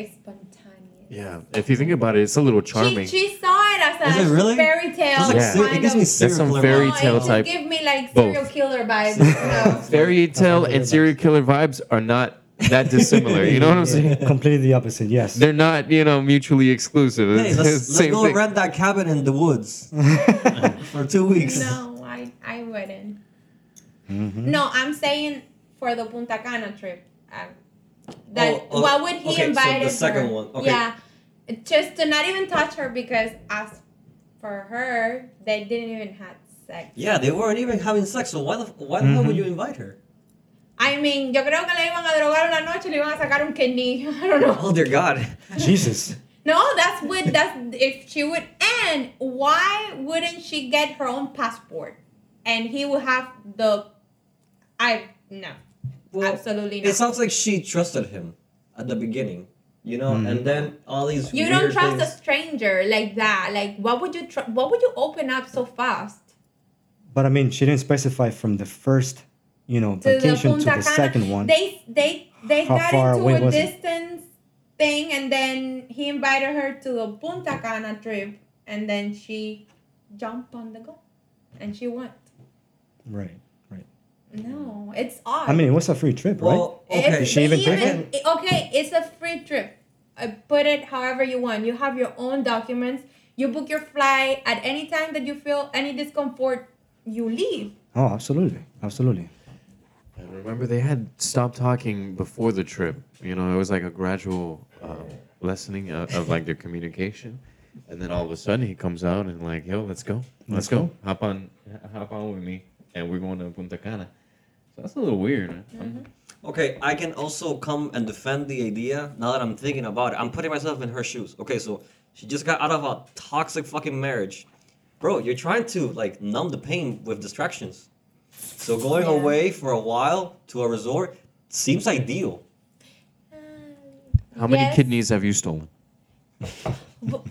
Speaker 5: spontaneous.
Speaker 4: Yeah, if you think about it, it's a little charming.
Speaker 5: She, she saw it as a
Speaker 2: Is it really?
Speaker 5: fairy tale.
Speaker 2: It's like
Speaker 4: Yeah.
Speaker 2: ser- it
Speaker 5: kind
Speaker 2: gives
Speaker 5: of-
Speaker 2: me
Speaker 4: That's some
Speaker 2: serial
Speaker 4: fairy
Speaker 5: No,
Speaker 2: killer
Speaker 5: it
Speaker 4: tale
Speaker 5: just
Speaker 2: vibes.
Speaker 4: type.
Speaker 5: give me like
Speaker 4: Both.
Speaker 5: serial killer vibes. No.
Speaker 4: Fairy tale
Speaker 3: very
Speaker 4: and serial killer vibes are not that dissimilar. You know what I'm saying?
Speaker 3: Completely the opposite. Yes.
Speaker 4: They're not, you know, mutually exclusive.
Speaker 2: Hey,
Speaker 4: It's the
Speaker 2: let's, let's
Speaker 4: same
Speaker 2: go
Speaker 4: thing.
Speaker 2: rent that cabin in the woods for two weeks.
Speaker 5: no, I I wouldn't.
Speaker 2: Hmm?
Speaker 3: Mm-hmm.
Speaker 5: No, I'm saying for the Punta Cana trip. Um, that
Speaker 2: Oh, oh,
Speaker 5: what would he
Speaker 2: okay, so
Speaker 5: invite
Speaker 2: the
Speaker 5: her?
Speaker 2: second one, okay.
Speaker 5: Yeah, just to not even touch her because as for her, they didn't even have sex.
Speaker 2: Yeah, they weren't even having sex, so why the, why the hell would
Speaker 4: Mm-hmm.
Speaker 2: you invite her?
Speaker 5: I mean, yo creo que le iban a drogar una noche, le iban a sacar un kidney. I don't know.
Speaker 2: Oh dear God.
Speaker 3: Jesus.
Speaker 5: No, that's what that's if she would and why wouldn't she get her own passport? And he would have the I no.
Speaker 2: Well,
Speaker 5: Absolutely
Speaker 2: It
Speaker 5: not.
Speaker 2: sounds like she trusted him at the beginning. you know,
Speaker 3: Mm-hmm.
Speaker 2: and then all these
Speaker 5: You
Speaker 2: weird
Speaker 5: don't trust
Speaker 2: things.
Speaker 5: a stranger like that. Like, what would you tr- what would you open up so fast?
Speaker 3: But I mean, she didn't specify from the first, you know,
Speaker 5: To the
Speaker 3: vacation
Speaker 5: Punta
Speaker 3: to the
Speaker 5: Cana.
Speaker 3: second one.
Speaker 5: They they they
Speaker 3: How
Speaker 5: got
Speaker 3: far
Speaker 5: into
Speaker 3: away
Speaker 5: a
Speaker 3: was it?
Speaker 5: distance thing, and then he invited her to the Punta Cana trip, and then she jumped on the go, and she went.
Speaker 3: Right, right.
Speaker 5: No, it's odd.
Speaker 3: I mean, it was a free trip, right?
Speaker 2: Well, okay.
Speaker 5: It's
Speaker 3: She even
Speaker 5: even-
Speaker 3: paid?
Speaker 5: i- okay, it's a free trip. I put it however you want. You have your own documents. You book your flight at any time that you feel any discomfort. You leave.
Speaker 3: Oh, absolutely, absolutely.
Speaker 4: And remember, they had stopped talking before the trip. You know, it was like a gradual um, lessening of, of like their communication, and then all of a sudden he comes out and like, "Yo, let's go, let's go, hop on, hop on with me, and we're going to Punta Cana." So that's a little weird. huh?
Speaker 2: Okay, I can also come and defend the idea now that I'm thinking about it. I'm putting myself in her shoes. Okay, so she just got out of a toxic fucking marriage. Bro, you're trying to like numb the pain with distractions. So going
Speaker 5: Yeah.
Speaker 2: away for a while to a resort seems ideal.
Speaker 4: How many
Speaker 5: Yes.
Speaker 4: kidneys have you stolen?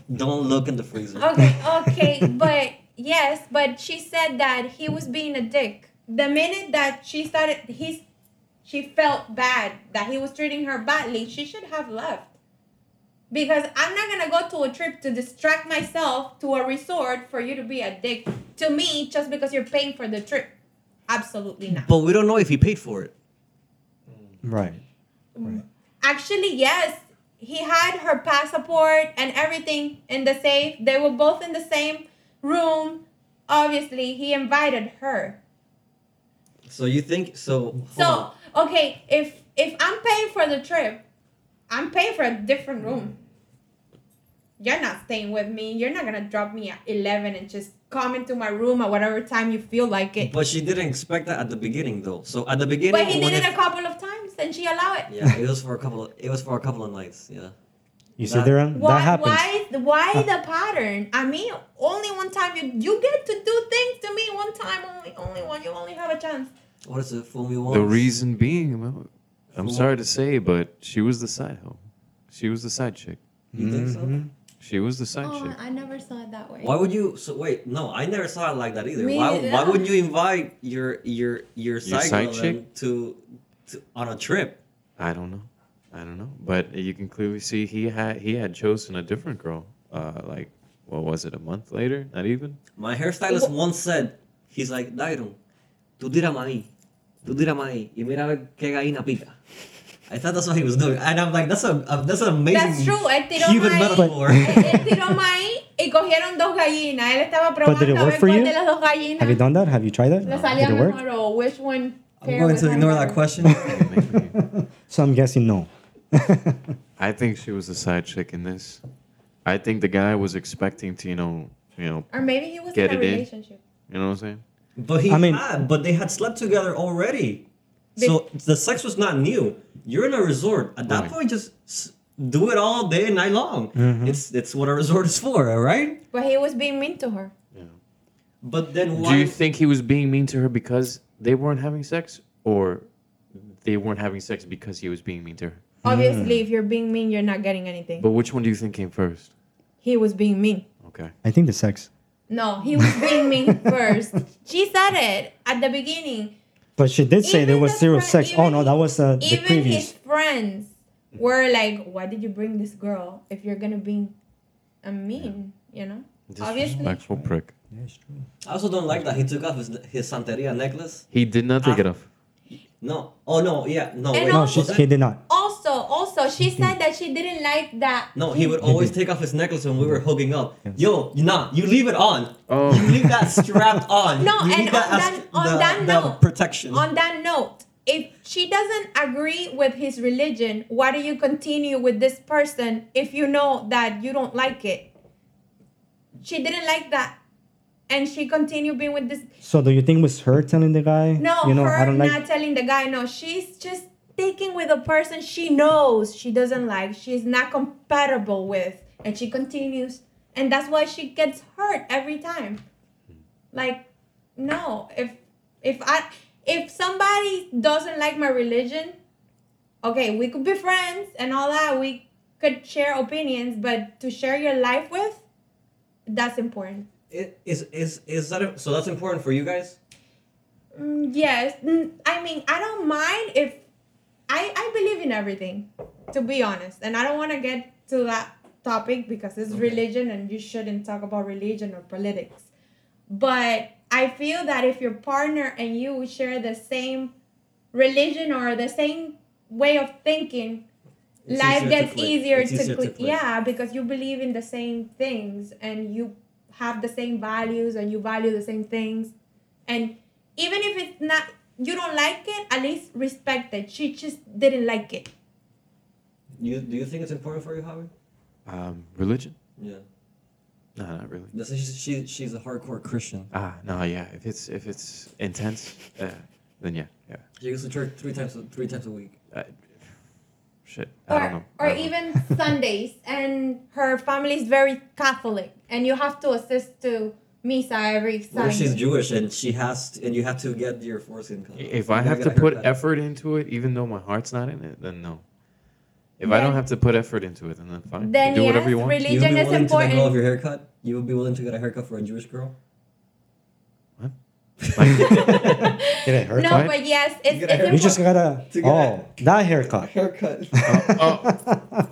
Speaker 2: Don't look in the freezer.
Speaker 5: Okay, okay, but yes, but she said that he was being a dick. The minute that she started, he's, she felt bad that he was treating her badly. She should have left. Because I'm not gonna go to a trip to distract myself to a resort for you to be a dick to me just because you're paying for the trip. Absolutely not.
Speaker 2: But we don't know if he paid for it.
Speaker 3: Right.
Speaker 5: Actually, yes. He had her passport and everything in the safe. They were both in the same room. Obviously, he invited her.
Speaker 2: So you think so? hold
Speaker 5: So,
Speaker 2: on.
Speaker 5: okay, if if I'm paying for the trip, I'm paying for a different room. You're not staying with me. You're not gonna drop me at eleven and just come into my room at whatever time you feel like it.
Speaker 2: But she didn't expect that at the beginning, though. So at the beginning,
Speaker 5: But he
Speaker 2: when
Speaker 5: did it
Speaker 2: it-
Speaker 5: a couple of times, and she allowed it.
Speaker 2: yeah, it was for a couple. Of, it was for a couple of nights. Yeah.
Speaker 3: You see,
Speaker 2: That-
Speaker 3: Darren,
Speaker 5: Why?
Speaker 3: that happens. Ah.
Speaker 5: Why? Why the pattern? I mean, only one time you you get to do things to me one time only. Only one. You only have a chance.
Speaker 2: What is it? Fool me once.
Speaker 4: The reason being, well, I'm
Speaker 2: Fool.
Speaker 4: sorry to say, but she was the side hoe. She was the side chick.
Speaker 2: You think so?
Speaker 3: Mm-hmm.
Speaker 4: She was the side
Speaker 1: Oh,
Speaker 4: chick.
Speaker 1: I never saw it that way.
Speaker 2: Why would you? So wait, no, I never saw it like that either.
Speaker 1: Me
Speaker 2: why?
Speaker 1: neither.
Speaker 2: Why would you invite your your your side,
Speaker 4: side
Speaker 2: girl
Speaker 4: chick?
Speaker 2: then to, to on a trip?
Speaker 4: I don't know. I don't know. But you can clearly see he had he had chosen a different girl. Uh, like what was it? A month later? Not even.
Speaker 2: My hairstylist once said, he's like, Dairon, tú tírame ahí, tú tírame ahí, y mira a ver qué gallina pica. I thought that's what he was doing, and I'm like, that's a, a that's an amazing.
Speaker 5: That's true. Él tiró
Speaker 2: Cuban
Speaker 5: maíz.
Speaker 2: metaphor.
Speaker 5: Él él tiró maíz y cogieron dos gallinas. Él estaba probando
Speaker 3: did it
Speaker 5: a
Speaker 3: work
Speaker 5: ver
Speaker 3: for
Speaker 5: cuál
Speaker 3: you?
Speaker 5: de las dos gallinas
Speaker 3: Have you done that? Have you tried that?
Speaker 5: le
Speaker 3: Did
Speaker 5: salía
Speaker 3: it work?
Speaker 5: mejor o which one.
Speaker 2: I'm going to ignore that question.
Speaker 4: Maybe.
Speaker 3: So I'm guessing no.
Speaker 4: I think she was the side chick in this. I think the guy was expecting to you know you know
Speaker 5: Or maybe he was
Speaker 4: Get
Speaker 5: in a
Speaker 4: it in.
Speaker 5: relationship.
Speaker 4: you know what I'm saying.
Speaker 2: But he
Speaker 3: I mean-
Speaker 2: had, but they had slept together already. So the sex was not new. You're in a resort. At that point,
Speaker 4: Right. Mm-hmm.
Speaker 2: just s- do it all day and night long. It's it's what a resort is for, all right?
Speaker 5: But he was being mean to her.
Speaker 3: Hmm.
Speaker 2: But then why?
Speaker 4: Do you think he was being mean to her because they weren't having sex, or they weren't having sex because he was being mean to her?
Speaker 5: Obviously, if you're being mean, you're not getting anything.
Speaker 4: But which one do you think came first?
Speaker 5: He was being mean.
Speaker 4: Okay.
Speaker 3: I think the sex.
Speaker 5: No, he was being mean first. She said it at the beginning.
Speaker 3: But she did say there
Speaker 5: Even
Speaker 3: was
Speaker 5: the
Speaker 3: zero
Speaker 5: fri-
Speaker 3: sex. oh
Speaker 5: even-
Speaker 3: no, that was uh, the
Speaker 5: Even his
Speaker 3: previous.
Speaker 5: friends were like, "Why did you bring this girl if you're gonna be a mean?" You know. Obviously,
Speaker 4: Disrespectful prick.
Speaker 2: I also don't like that he took off his his Santeria necklace.
Speaker 4: He did not take
Speaker 2: Ah.
Speaker 4: it off.
Speaker 2: No. Oh no. Yeah. No.
Speaker 5: And
Speaker 2: Wait,
Speaker 3: No,
Speaker 5: Oh,
Speaker 3: she,
Speaker 2: was that-
Speaker 3: he did not.
Speaker 5: Also, also, she said that she didn't like that.
Speaker 2: No, he would always take off his necklace when we were hooking up. Yo, nah, you leave it on.
Speaker 4: Oh.
Speaker 2: You leave that strapped on.
Speaker 5: No,
Speaker 2: you
Speaker 5: and
Speaker 2: leave that
Speaker 5: on
Speaker 2: as
Speaker 5: that- on
Speaker 2: the,
Speaker 5: that
Speaker 2: the
Speaker 5: note-
Speaker 2: protection.
Speaker 5: On that note, if she doesn't agree with his religion, why do you continue with this person if you know that you don't like it? She didn't like that, and she continued being with this.
Speaker 3: So do you think it was her telling the guy?
Speaker 5: No,
Speaker 3: you know,
Speaker 5: her
Speaker 3: I don't like.
Speaker 5: not telling the guy. No, she's just taking with a person she knows she doesn't like. She's not compatible with, and she continues, and that's why she gets hurt every time. Like, no, if if I if somebody doesn't like my religion, okay, we could be friends and all that. We could share opinions, but to share your life with, that's important.
Speaker 2: It, is is is that a, so? That's important for you guys.
Speaker 5: Mm, yes, Mm, I mean I don't mind if I I believe in everything, to be honest, and I don't want to get to that topic because it's religion and you shouldn't talk about religion or politics. But I feel that if your partner and you share the same religion or the same way of thinking,
Speaker 2: It's
Speaker 5: life
Speaker 2: easier to
Speaker 5: gets
Speaker 2: click.
Speaker 5: easier
Speaker 2: It's
Speaker 5: to,
Speaker 2: easier to
Speaker 5: click.
Speaker 2: click.
Speaker 5: yeah because you believe in the same things and you have the same values and you value the same things and even if it's not you don't like it at least respect it she just didn't like it
Speaker 2: You do you think it's important for you, Javi?
Speaker 4: Um, religion?
Speaker 2: Yeah.
Speaker 4: No, not really.
Speaker 2: This is, she she's a hardcore Christian.
Speaker 4: Ah, no, yeah. If it's if it's intense, uh, then yeah, yeah.
Speaker 2: She goes to church three times a- three times a week.
Speaker 4: Uh, shit, I don't know.
Speaker 5: or, or
Speaker 4: I don't know.
Speaker 5: even sundays and her family is very catholic and you have to assist to misa every
Speaker 2: What
Speaker 5: sunday
Speaker 2: if she's Jewish and she has to, and you have to get your foreskin cut?
Speaker 4: If I
Speaker 2: You
Speaker 4: have to
Speaker 2: gotta get a
Speaker 4: put
Speaker 2: haircut.
Speaker 4: effort into it, even though my heart's not in it, then no. If I
Speaker 5: Then-
Speaker 4: don't have to put effort into it, then that's fine.
Speaker 5: Then
Speaker 4: you do
Speaker 5: yes,
Speaker 4: whatever you want.
Speaker 5: religion
Speaker 2: you
Speaker 5: is
Speaker 2: would be willing to let
Speaker 5: important.
Speaker 2: go of your haircut. You would be willing to get a haircut for a Jewish girl.
Speaker 3: Did it hurt?
Speaker 5: no,
Speaker 4: Right?
Speaker 5: but yes, it's,
Speaker 2: You
Speaker 5: it's
Speaker 2: gotta
Speaker 3: You just
Speaker 5: important.
Speaker 3: gotta.
Speaker 2: To get
Speaker 3: Oh, that haircut.
Speaker 2: Haircut.
Speaker 4: oh,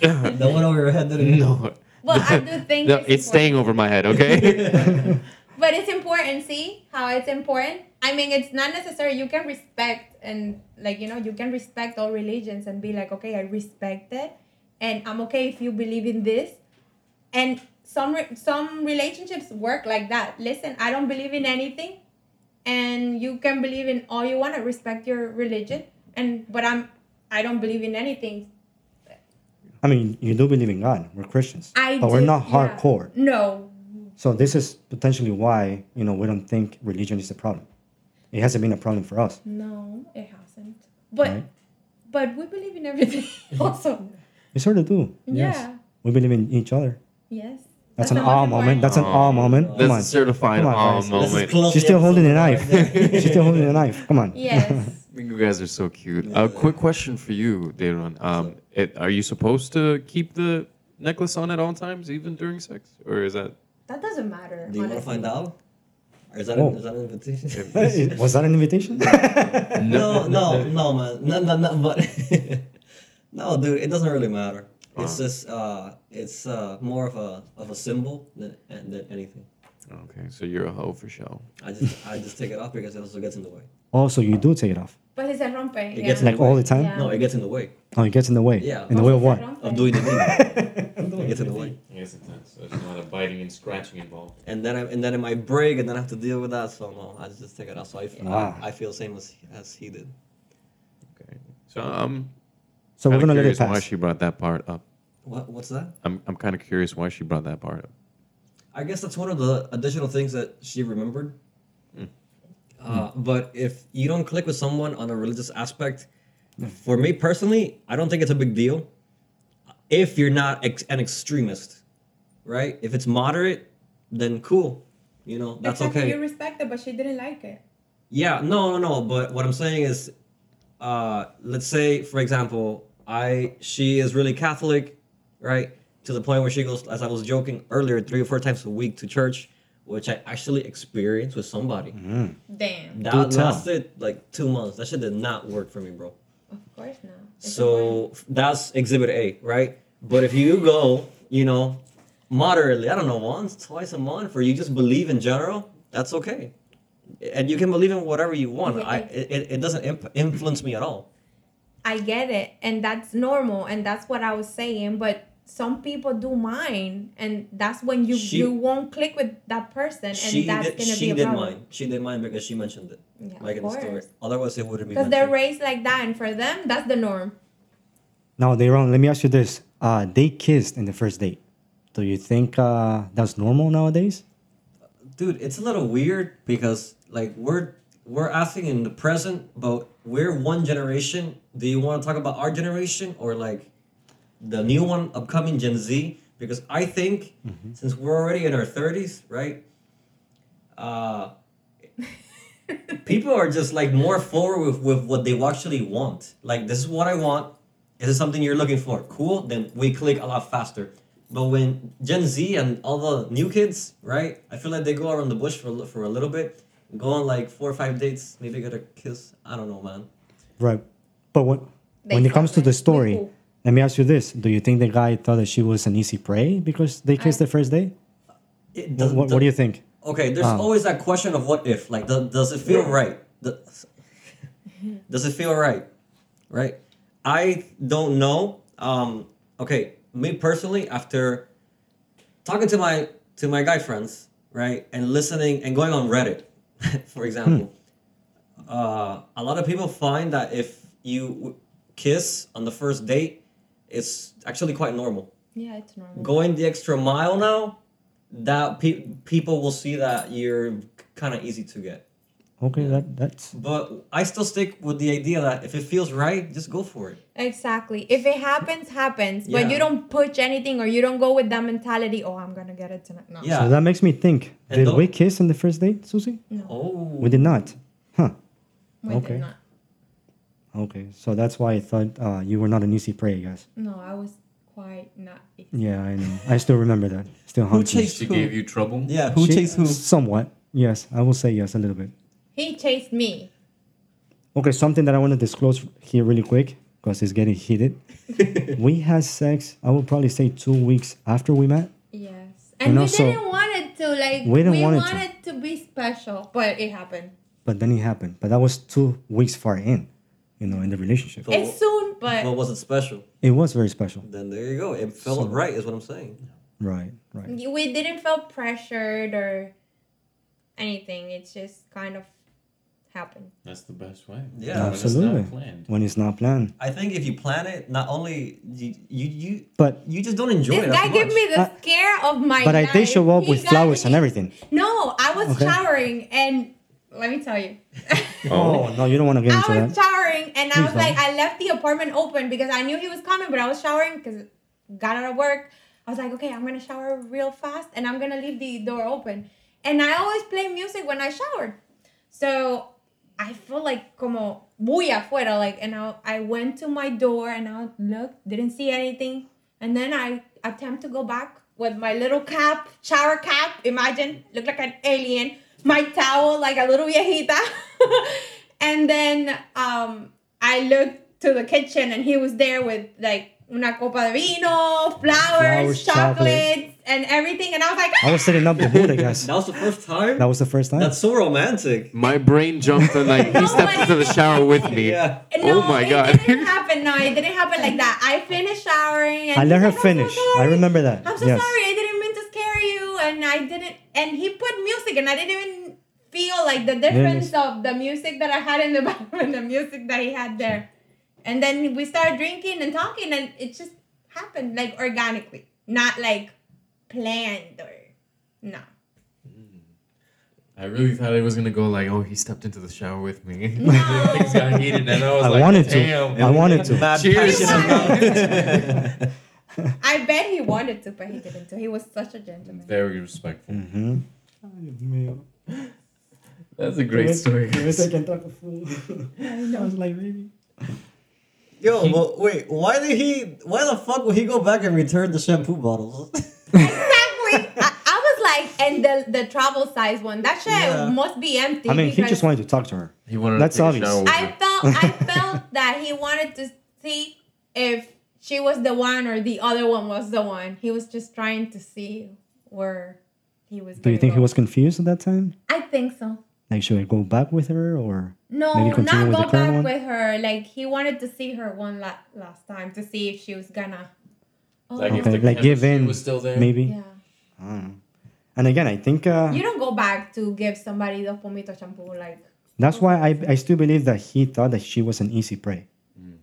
Speaker 2: the one over your head didn't.
Speaker 4: no.
Speaker 5: Well, I do think
Speaker 4: No,
Speaker 5: it's,
Speaker 4: it's staying over my head, okay?
Speaker 5: But it's important. See how it's important. I mean, it's not necessary. You can respect and like you know, you can respect all religions and be like, okay, I respect it, and I'm okay if you believe in this. And some re- some relationships work like that. Listen, I don't believe in anything, and you can believe in all you want. I respect your religion, and but I'm I don't believe in anything.
Speaker 3: I mean, you do believe in God. We're Christians,
Speaker 5: I
Speaker 3: but we're
Speaker 5: do-
Speaker 3: not
Speaker 5: yeah.
Speaker 3: hardcore.
Speaker 5: No,
Speaker 3: So this is potentially why you know we don't think religion is a problem. It hasn't been a problem for us.
Speaker 5: no, it hasn't. But
Speaker 3: Right.
Speaker 5: but we believe in everything also.
Speaker 3: We sort of do. Yes.
Speaker 5: Yeah.
Speaker 3: We believe in each other.
Speaker 5: Yes.
Speaker 3: That's,
Speaker 5: the
Speaker 3: an awe
Speaker 5: most
Speaker 3: moment. That's an aw
Speaker 4: Oh,
Speaker 3: moment. Come
Speaker 4: That's
Speaker 3: on.
Speaker 4: a certified
Speaker 3: Come on,
Speaker 4: awe
Speaker 3: guys. This
Speaker 2: This is
Speaker 4: moment.
Speaker 2: close
Speaker 3: She's
Speaker 2: to
Speaker 3: still
Speaker 2: the
Speaker 3: holding a
Speaker 2: episode
Speaker 3: knife. She's still holding a knife. Come on.
Speaker 5: Yes.
Speaker 4: You guys are so cute. A uh, quick question for you, Dayron. Um, it, are you supposed to keep the necklace on at all times, even during sex, or is that?
Speaker 5: that doesn't matter.
Speaker 2: Do you want to
Speaker 5: honestly.
Speaker 2: find out? Or is that,
Speaker 3: Oh.
Speaker 2: an, is that an invitation?
Speaker 3: Hey, Was that an invitation?
Speaker 2: no, no, no, man. No, no, no, but no, dude, it doesn't really matter. It's just uh, it's uh, more of a of a symbol than than anything.
Speaker 4: Okay, so you're a hoe for show.
Speaker 2: I just I just take it off because it also gets in the way.
Speaker 3: oh, so you do take it off.
Speaker 5: But it's a rompe.
Speaker 2: It
Speaker 5: yeah.
Speaker 2: gets
Speaker 3: Like all the time?
Speaker 5: Yeah.
Speaker 2: No, it gets in the way
Speaker 3: Oh, it gets in the way.
Speaker 2: Yeah.
Speaker 3: In the way of what?
Speaker 5: Rompe.
Speaker 2: of doing the thing. it gets in the way,
Speaker 4: Yes, it does. There's a lot of biting and scratching involved.
Speaker 2: and then I, and then it might break, and then I have to deal with that. So no, I just take it off. So I, f-
Speaker 3: Wow.
Speaker 2: I, I feel same as as he did.
Speaker 4: Okay, so I'm.
Speaker 3: So we're
Speaker 4: kinda
Speaker 3: gonna let it
Speaker 4: curious Why
Speaker 3: pass.
Speaker 4: she brought that part up?
Speaker 2: What what's that?
Speaker 4: I'm I'm kind of curious why she brought that part up.
Speaker 2: I guess that's one of the additional things that she remembered. Uh, but if you don't click with someone on a religious aspect, for me personally, I don't think it's a big deal. If you're not ex- an extremist, right? If it's moderate, then cool. You know, that's
Speaker 5: Exactly, You
Speaker 2: okay.
Speaker 5: respect it, but she didn't like it.
Speaker 2: Yeah, no, no, no. But what I'm saying is, uh, let's say, for example, I she is really Catholic, right? To the point where she goes, as I was joking earlier, three or four times a week to church, which I actually experienced with somebody.
Speaker 5: Damn.
Speaker 2: That
Speaker 3: Mm-hmm. Do tell.
Speaker 2: lasted like two months. That shit did not work for me, bro.
Speaker 5: Of course not. It's important.
Speaker 2: So that's exhibit A, right? But if you go, you know, moderately, I don't know, once, twice a month, or you just believe in general, that's okay. And you can believe in whatever you want. I it, it- it doesn't imp- influence me at all.
Speaker 5: I get it, and that's normal, and that's what I was saying. But some people do mind, and that's when you
Speaker 2: She-
Speaker 5: you won't click with that person, and
Speaker 2: She
Speaker 5: that's
Speaker 2: did,
Speaker 5: gonna
Speaker 2: she
Speaker 5: be a
Speaker 2: did
Speaker 5: problem.
Speaker 2: mine. She did mine because she mentioned it.
Speaker 5: Yeah,
Speaker 2: like
Speaker 5: of
Speaker 2: in the story.
Speaker 5: course.
Speaker 2: Otherwise, it wouldn't be
Speaker 5: Because they're
Speaker 2: mentioned.
Speaker 5: raised like that, and for them, that's the norm.
Speaker 3: Now, Dayron, let me ask you this. Uh, they kissed in the first date. Do you think uh, that's normal nowadays?
Speaker 2: Dude, it's a little weird because like we're we're asking in the present, but we're one generation. Do you want to talk about our generation or like the new one upcoming Gen Z? Because I think since we're already in our thirties, right? Uh, people are just like more forward with, with what they actually want. Like this is what I want. Is it something you're looking for? Cool. Then we click a lot faster. But when Gen Z and all the new kids, right? I feel like they go around the bush for a li- for a little bit, go on like four or five dates, maybe get a kiss. I don't know, man.
Speaker 3: Right. But when,
Speaker 5: They
Speaker 3: when it
Speaker 5: fuck
Speaker 3: comes to
Speaker 5: with-
Speaker 3: the
Speaker 5: with
Speaker 3: story,
Speaker 5: who?
Speaker 3: let me ask you this. Do you think the guy thought that she was an easy prey because they kissed
Speaker 5: I-
Speaker 3: the first day?
Speaker 2: It
Speaker 3: What,
Speaker 2: does-
Speaker 3: what, do you think?
Speaker 2: Okay, there's always that question of what if. Like, do, does it feel right? Do- does it feel right? Right? I don't know. Um, okay, me personally, after talking to my to my guy friends, right, and listening and going on Reddit, for example, uh, a lot of people find that if you w- kiss on the first date, it's actually quite normal
Speaker 5: Yeah, it's normal.
Speaker 2: going the extra mile now that pe- people will see that you're kind of easy to get
Speaker 3: Okay, that, that's
Speaker 2: but i still stick with the idea that if it feels right just go for it
Speaker 5: Exactly. If it happens, happens. But
Speaker 2: Yeah.
Speaker 5: you don't push anything or you don't go with that mentality, oh, I'm going to get it tonight. No.
Speaker 2: yeah
Speaker 3: so that makes me think.
Speaker 2: And
Speaker 3: Did
Speaker 2: don't-
Speaker 3: we kiss on the first date, Susie?
Speaker 2: oh
Speaker 3: We did not. Huh.
Speaker 5: We
Speaker 3: Okay.
Speaker 5: did not.
Speaker 3: Okay. So that's why I thought uh, you were not an easy prey, I guess.
Speaker 5: No, I was quite not.
Speaker 3: Yeah, I know. I still remember that. Still
Speaker 2: who
Speaker 3: haunts me.
Speaker 2: chased
Speaker 6: She
Speaker 2: who
Speaker 6: gave you trouble.
Speaker 2: yeah who
Speaker 3: She-
Speaker 2: chased who
Speaker 3: Somewhat. Yes, I will say yes a little bit.
Speaker 5: He chased me.
Speaker 3: Okay, something that I want to disclose here really quick because it's getting heated. we had sex, I would probably say two weeks after we met.
Speaker 5: Yes.
Speaker 3: And
Speaker 5: And we
Speaker 3: also-
Speaker 5: didn't want it to. Like,
Speaker 3: We
Speaker 5: we,
Speaker 3: didn't want it to.
Speaker 5: wanted to. be special, but it happened.
Speaker 3: But then it happened. But that was two weeks far in, you know, in the relationship.
Speaker 2: But
Speaker 5: it's soon, but
Speaker 2: what was it special
Speaker 3: It was very special.
Speaker 2: then there you go it felt right is what i'm saying
Speaker 3: Right, right.
Speaker 5: we didn't feel pressured or anything. It just kind of happened.
Speaker 6: That's the best way. When
Speaker 2: Yeah.
Speaker 6: it's not
Speaker 3: Absolutely.
Speaker 6: planned.
Speaker 3: When it's not planned.
Speaker 2: i think if you plan it not only you you you,
Speaker 3: But
Speaker 2: you just don't enjoy it
Speaker 5: this
Speaker 2: as
Speaker 5: guy gave
Speaker 2: much.
Speaker 5: me the
Speaker 3: Uh,
Speaker 5: scare of my
Speaker 3: but I
Speaker 5: life.
Speaker 3: did show up
Speaker 5: He
Speaker 3: with
Speaker 5: got
Speaker 3: flowers and
Speaker 5: me-
Speaker 3: everything.
Speaker 5: No, I was
Speaker 3: Okay.
Speaker 5: showering and let me tell you.
Speaker 3: Oh, no, you don't want to get
Speaker 5: I
Speaker 3: into
Speaker 5: was
Speaker 3: that.
Speaker 5: showering and I
Speaker 3: Please
Speaker 5: was like, I left the apartment open because I knew he was coming, but I was showering because got out of work. I was like, okay, I'm gonna shower real fast and I'm gonna leave the door open. And I always play music when I showered. So I felt like como muy afuera, like and I, I went to my door and I looked, didn't see anything. And then I attempt to go back with my little cap, shower cap, imagine, look like an alien, my towel, like a little viejita. and then um, I looked to the kitchen and he was there with like una copa de vino, flowers,
Speaker 3: Flowers, chocolate.
Speaker 5: chocolates, and everything. And I was like,
Speaker 3: I was setting up the mood, I guess.
Speaker 2: that was the first time
Speaker 3: That was the first time.
Speaker 2: that's so romantic
Speaker 4: My brain jumped and like he stepped into the shower with me.
Speaker 2: yeah
Speaker 5: No,
Speaker 4: Oh my
Speaker 5: it
Speaker 4: God.
Speaker 5: didn't happen. No, it didn't happen like that. I finished showering. And
Speaker 3: I
Speaker 5: he's
Speaker 3: let her
Speaker 5: like, "I'm so
Speaker 3: finish. I
Speaker 5: sorry.
Speaker 3: remember that.
Speaker 5: I'm so
Speaker 3: yes.
Speaker 5: sorry. I didn't mean to scare you, and I didn't. And he put music, and I didn't even feel like the difference of the music that I had in the bathroom and the music that he had there. And then we started drinking and talking, and it just happened like organically, not like planned or no.
Speaker 6: I really thought it was gonna go like, oh, he stepped into the shower with me.
Speaker 5: No.
Speaker 6: Things got heated, and I was
Speaker 3: I
Speaker 6: like,
Speaker 3: wanted to.
Speaker 6: damn.
Speaker 3: I wanted to.
Speaker 2: Mad
Speaker 6: Cheers.
Speaker 2: passion.
Speaker 5: I bet he wanted to, but he didn't. So he was such a gentleman.
Speaker 6: Very respectful.
Speaker 3: Mm-hmm.
Speaker 6: That's a great story. guys.
Speaker 3: I was like, baby.
Speaker 2: Yo, but wait, why did he? Why the fuck would he go back and return the shampoo bottles?
Speaker 5: exactly. I, I was like, and the the travel size one. That shit
Speaker 2: Yeah.
Speaker 5: must be empty.
Speaker 3: I mean, he
Speaker 5: because
Speaker 3: just wanted to talk to her.
Speaker 6: He wanted
Speaker 3: That's
Speaker 6: to take
Speaker 3: obvious.
Speaker 6: a shower. with
Speaker 5: I
Speaker 6: her.
Speaker 5: felt I felt that he wanted to see if she was the one or the other one was the one. He was just trying to see where he was.
Speaker 3: Do you
Speaker 5: gonna
Speaker 3: think he
Speaker 5: go.
Speaker 3: was confused at that time?
Speaker 5: I think so.
Speaker 3: Like, should I go back with her or?
Speaker 5: No,
Speaker 3: Maybe continue
Speaker 5: not
Speaker 3: with the
Speaker 5: go
Speaker 3: current
Speaker 5: back
Speaker 3: one?
Speaker 5: with her. Like he wanted to see her one la- last time to see if she was gonna. Oh,
Speaker 6: Like, if
Speaker 3: Okay,
Speaker 6: the
Speaker 3: like, give
Speaker 6: chemistry
Speaker 3: in,
Speaker 6: Was still there.
Speaker 3: Maybe.
Speaker 5: yeah.
Speaker 3: I don't know. And again, I think uh,
Speaker 5: You don't go back to give somebody the pomito shampoo like.
Speaker 3: that's why I, I still believe that he thought that she was an easy prey.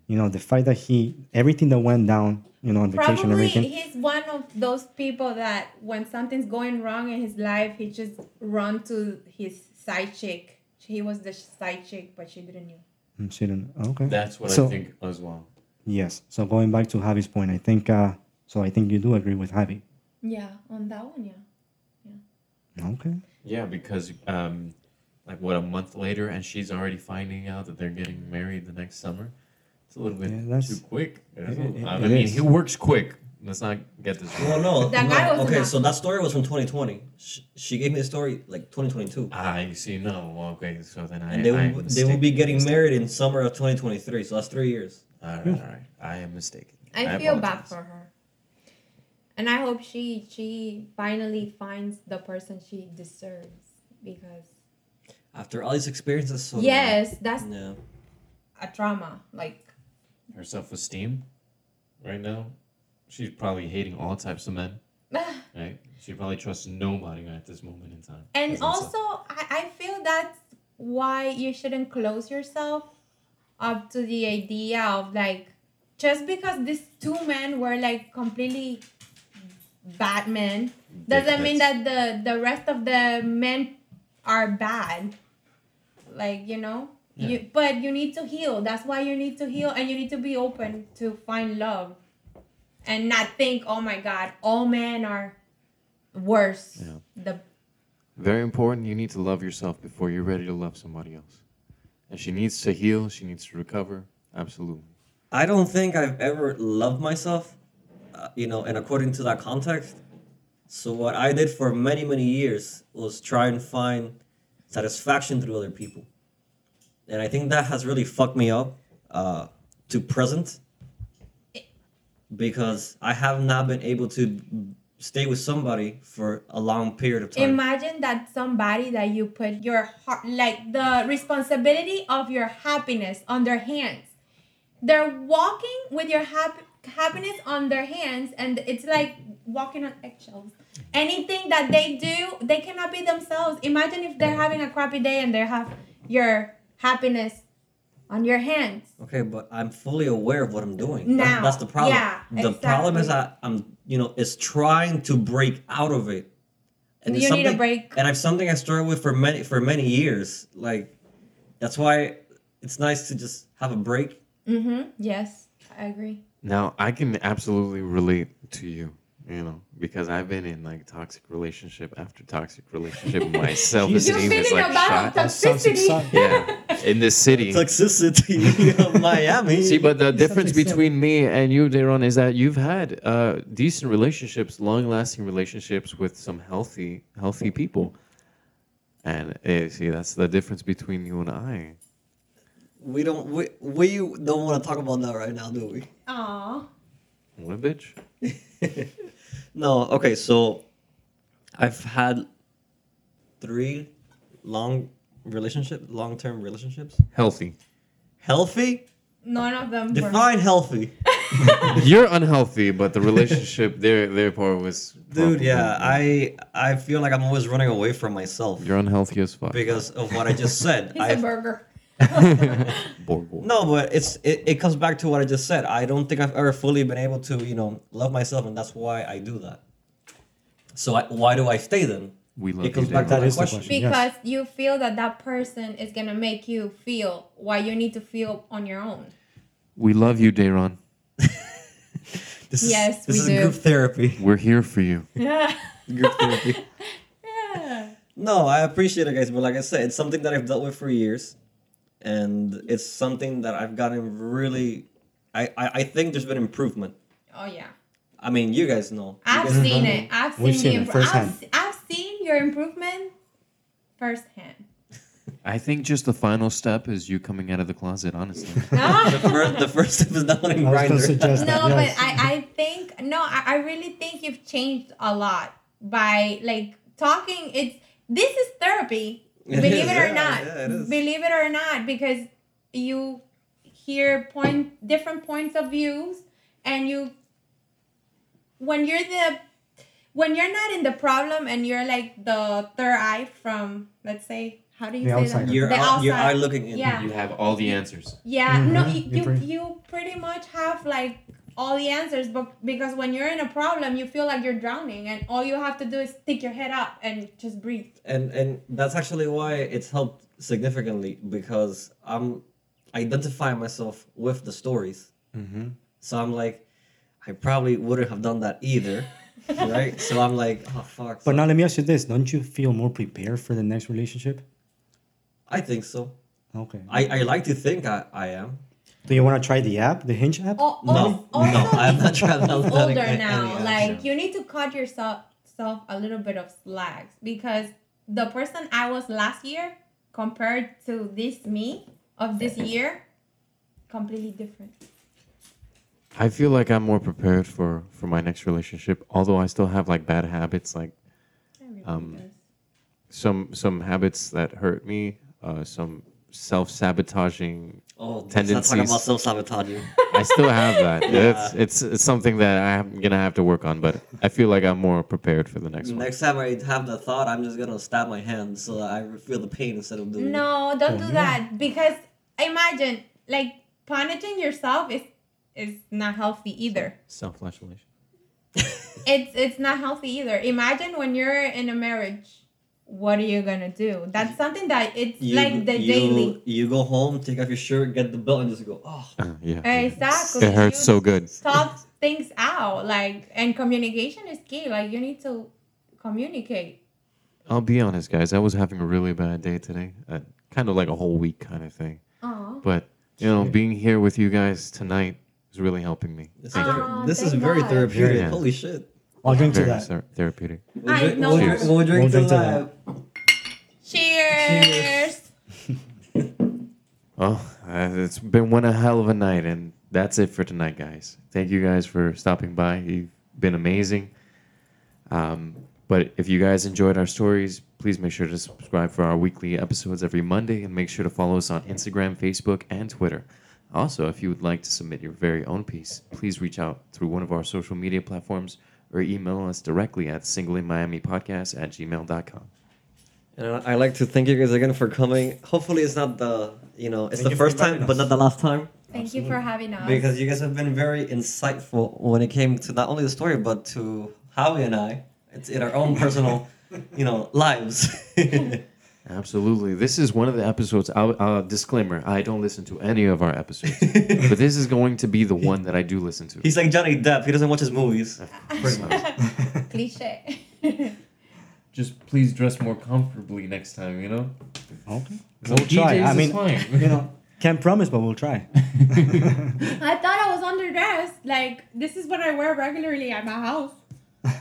Speaker 3: You know, the fact that he everything that went down, you know, on vacation and
Speaker 5: Probably
Speaker 3: everything.
Speaker 5: he's one of those people that when something's going wrong in his life, he just run to his side chick. He was the side chick, but she didn't know.
Speaker 3: Mm, She didn't. Okay.
Speaker 6: That's what
Speaker 3: So-
Speaker 6: I think as well.
Speaker 3: yes. So going back to Javi's point, I think. Uh, so I think you do agree with Javi.
Speaker 5: Yeah, on that one, yeah.
Speaker 3: Okay.
Speaker 6: Yeah, because um, like what a month later, and she's already finding out that they're getting married the next summer. It's a little bit
Speaker 3: Yeah, that's-
Speaker 6: too quick. I
Speaker 3: it-
Speaker 6: I
Speaker 3: it
Speaker 6: mean,
Speaker 3: is.
Speaker 6: he works quick. Let's not get this wrong.
Speaker 2: Well, no,
Speaker 5: That
Speaker 2: no.
Speaker 5: guy was
Speaker 2: okay.
Speaker 5: enough.
Speaker 2: So that story was from 2020. She, she gave me the story like 2022,
Speaker 6: Ah, you see, no. well, Okay, so then I.
Speaker 2: and they
Speaker 6: I
Speaker 2: will,
Speaker 6: am
Speaker 2: they will be
Speaker 6: mistaken.
Speaker 2: getting married in summer of 2023. So that's three years.
Speaker 6: All right, all right. I am mistaken.
Speaker 5: I feel bad
Speaker 6: apologize.
Speaker 5: for her. And I hope she she finally finds the person she deserves because
Speaker 2: After all these experiences, so
Speaker 5: yes, that's
Speaker 2: yeah.
Speaker 5: a trauma. Like
Speaker 6: her self esteem right now. She's probably hating all types of men,
Speaker 5: ah,
Speaker 6: right? She probably trusts nobody at this moment in time.
Speaker 5: and
Speaker 6: That's what's up.
Speaker 5: also I, I feel that's why you shouldn't close yourself up to the idea of like just because these two men were like completely bad men doesn't mean that the the rest of the men are bad like you know
Speaker 6: Yeah.
Speaker 5: you but you need to heal that's why you need to heal and you need to be open to find love and not think oh my god all men are worse
Speaker 4: Yeah.
Speaker 5: the
Speaker 4: Very important. You need to love yourself before you're ready to love somebody else. And she needs to heal. She needs to recover. Absolutely.
Speaker 2: I don't think I've ever loved myself, uh, you know, and according to that context. So what I did for many many years was try and find satisfaction through other people, and I think that has really fucked me up uh, to present, because I have not been able to stay with somebody for a long period of time.
Speaker 5: imagine that somebody that you put your heart like the responsibility of your happiness on their hands they're walking with your hap- happiness on their hands and it's like walking on eggshells anything that they do they cannot be themselves imagine if they're having a crappy day and they have your happiness on your hands
Speaker 2: Okay, but I'm fully aware of what I'm doing.
Speaker 5: Now,
Speaker 2: That- that's the problem.
Speaker 5: yeah,
Speaker 2: the problem is
Speaker 5: exactly.
Speaker 2: that I'm, you know, is trying to break out of it. it's
Speaker 5: You need a
Speaker 2: something-
Speaker 5: break.
Speaker 2: And I've something I struggled with for many for many years. Like, that's why it's nice to just have a break.
Speaker 5: mm-hmm yes i agree
Speaker 4: Now I can absolutely relate to you. You know, because I've been in like toxic relationship after toxic relationship. My self
Speaker 5: you're
Speaker 4: esteem is
Speaker 5: feeling
Speaker 4: like
Speaker 5: a battle of
Speaker 4: shot.
Speaker 5: toxicity
Speaker 4: Yeah, in this city.
Speaker 2: Toxicity of Miami.
Speaker 4: See, but the difference
Speaker 3: something
Speaker 4: between me and you, Deron, is that you've had uh, decent relationships, long-lasting relationships with some healthy, healthy people. And eh, see, that's the difference between you and I.
Speaker 2: we don't we, we don't want to talk about that right now, do we?
Speaker 5: Aww.
Speaker 4: What a bitch!
Speaker 2: No, okay, so I've had three long relationship long term relationships.
Speaker 4: Healthy.
Speaker 2: Healthy?
Speaker 5: none of them were-
Speaker 2: Define healthy.
Speaker 4: You're unhealthy, but the relationship, their their part was.
Speaker 2: Dude,
Speaker 4: probably-
Speaker 2: yeah, I I feel like I'm always running away from myself
Speaker 4: You're unhealthy as fuck.
Speaker 2: because of what I just said.
Speaker 5: It's a
Speaker 2: I
Speaker 5: burger
Speaker 4: Borg, Borg.
Speaker 2: no, but it's it, it comes back to what I just said. I don't think I've ever fully been able to, you know, love myself, and that's why I do that. So I, why do I stay then?
Speaker 4: We love
Speaker 2: It comes
Speaker 4: you,
Speaker 2: back to
Speaker 4: Deron.
Speaker 3: That
Speaker 2: my
Speaker 3: is the
Speaker 2: question.
Speaker 3: question. Yes.
Speaker 5: because you feel that that person is gonna make you feel what you need to feel on your own.
Speaker 4: We love you, Deron.
Speaker 2: This is,
Speaker 5: Yes,
Speaker 2: this
Speaker 5: we
Speaker 2: is
Speaker 5: do.
Speaker 2: group therapy.
Speaker 4: We're here for you.
Speaker 2: group therapy. No, I appreciate it, guys. But like I said, it's something that I've dealt with for years, and it's something that I've gotten really. I I, I think there's been improvement.
Speaker 5: Oh yeah,
Speaker 2: I mean, you guys know. You
Speaker 5: I've
Speaker 2: guys
Speaker 5: seen it. I've seen,
Speaker 3: um, We've
Speaker 5: the
Speaker 3: seen it
Speaker 5: imp-
Speaker 3: firsthand.
Speaker 5: I've, se- I've seen your improvement firsthand.
Speaker 4: I think just the final step is you coming out of the closet. Honestly.
Speaker 5: no,
Speaker 2: the first, the first step is not on
Speaker 3: I was going to
Speaker 2: grinder.
Speaker 3: suggest that.
Speaker 5: but
Speaker 3: yes.
Speaker 5: I, I think no, I, I really think you've changed a lot by like talking. It's this is therapy.
Speaker 2: It
Speaker 5: believe
Speaker 2: is,
Speaker 5: it or
Speaker 2: yeah,
Speaker 5: not
Speaker 2: yeah, it is.
Speaker 5: believe it or not because you hear point different points of views and you when you're the when you're not in the problem and you're like the third eye from let's say how do you
Speaker 3: The
Speaker 5: say
Speaker 3: outsider.
Speaker 5: that
Speaker 2: You're
Speaker 5: the
Speaker 2: out, you're
Speaker 5: outside.
Speaker 2: out looking in.
Speaker 5: yeah
Speaker 6: You have all the answers.
Speaker 5: yeah, no,
Speaker 3: Mhm,
Speaker 5: you,
Speaker 3: you
Speaker 5: you,
Speaker 3: pretty-
Speaker 5: you pretty much have like all the answers, but because when you're in a problem, you feel like you're drowning, and all you have to do is stick your head up and just breathe.
Speaker 2: and and that's actually why it's helped significantly because I'm identifying myself with the stories.
Speaker 3: Mm-hmm.
Speaker 2: So I'm like, I probably wouldn't have done that either, right? So I'm like, oh fuck. so-
Speaker 3: but now let me ask you this. Don't you feel more prepared for the next relationship?
Speaker 2: I think so.
Speaker 3: Okay.
Speaker 2: I, I like to think I, I am.
Speaker 3: Do you want to try the app, the Hinge app?
Speaker 5: Al-
Speaker 2: No,
Speaker 5: al-
Speaker 2: no,
Speaker 5: also,
Speaker 2: I'm not trying. I'm not
Speaker 5: older
Speaker 2: any
Speaker 5: now.
Speaker 2: action.
Speaker 5: Like you need to cut yourself self a little bit of slacks because the person I was last year compared to this me of this year, completely different.
Speaker 4: I feel like I'm more prepared for for my next relationship, although I still have like bad habits, like Um,
Speaker 5: does.
Speaker 4: some some habits that hurt me, uh, some self sabotaging.
Speaker 2: oh, let's not talk
Speaker 4: tendencies.
Speaker 2: about self sabotaging.
Speaker 4: I still have that. It's, it's it's something that I'm gonna have to work on, but I feel like I'm more prepared for the next one.
Speaker 2: Next time I have the thought, I'm just gonna stab my hand so that I feel the pain instead of doing. it.
Speaker 5: No, don't do that because imagine like punishing yourself is is not healthy either.
Speaker 4: Self flagellation.
Speaker 5: It's it's not healthy either. Imagine when you're in a marriage, what are you gonna do? That's something that it's
Speaker 2: You,
Speaker 5: like the
Speaker 2: you,
Speaker 5: daily.
Speaker 2: You go home, take off your shirt, get the belt, and just go. Oh,
Speaker 4: Uh, yeah.
Speaker 5: Exactly.
Speaker 4: It hurts
Speaker 5: You
Speaker 4: so good.
Speaker 5: Talk things out, like and communication is key. Like you need to communicate.
Speaker 4: I'll be honest, guys. I was having a really bad day today. Uh, kind of like a whole week kind of thing.
Speaker 5: Oh,
Speaker 4: But you know, being here with you guys tonight is really helping me.
Speaker 2: this is,
Speaker 5: Thank
Speaker 2: very-
Speaker 5: you.
Speaker 2: this is
Speaker 5: Thank
Speaker 2: very
Speaker 5: God.
Speaker 2: therapeutic.
Speaker 4: Yeah.
Speaker 2: Holy shit!
Speaker 3: I'll drink to
Speaker 4: Very
Speaker 3: that.
Speaker 4: ther- therapeutic.
Speaker 2: We'll
Speaker 5: I
Speaker 2: drink,
Speaker 5: know.
Speaker 2: we'll
Speaker 4: Cheers.
Speaker 2: drink, we'll drink
Speaker 3: We'll drink
Speaker 2: to
Speaker 3: to
Speaker 2: that.
Speaker 5: cheers.
Speaker 4: Well, uh, it's been one hell of a night, and that's it for tonight, guys. Thank you guys for stopping by. You've been amazing. Um, but if you guys enjoyed our stories, please make sure to subscribe for our weekly episodes every Monday, and make sure to follow us on Instagram, Facebook, and Twitter. Also, if you would like to submit your very own piece, please reach out through one of our social media platforms or email us directly at singleinmiamipodcast at gmail.com.
Speaker 2: And I- I'd like to thank you guys again for coming. Hopefully, it's not the you know it's
Speaker 3: Thank
Speaker 2: the
Speaker 3: you for
Speaker 2: first time,
Speaker 3: inviting
Speaker 2: but
Speaker 3: us.
Speaker 2: not the last time.
Speaker 5: Thank you for having us.
Speaker 2: Because you guys have been very insightful when it came to not only the story but to Howie and I. It's in our own personal, you know, lives.
Speaker 4: Absolutely. This is one of the episodes. I'll, uh, disclaimer I don't listen to any of our episodes, but this is going to be the one that I do listen to.
Speaker 2: He's like Johnny Depp. He doesn't watch his movies.
Speaker 4: Pretty much.
Speaker 5: Cliche.
Speaker 6: Just please dress more comfortably next time, you know?
Speaker 3: Okay.
Speaker 6: No
Speaker 3: We'll try.
Speaker 6: DJs
Speaker 3: I
Speaker 6: is
Speaker 3: mean,
Speaker 6: fine.
Speaker 3: you know, can't promise, but we'll try.
Speaker 5: I thought I was underdressed. Like this is what I wear regularly at my house.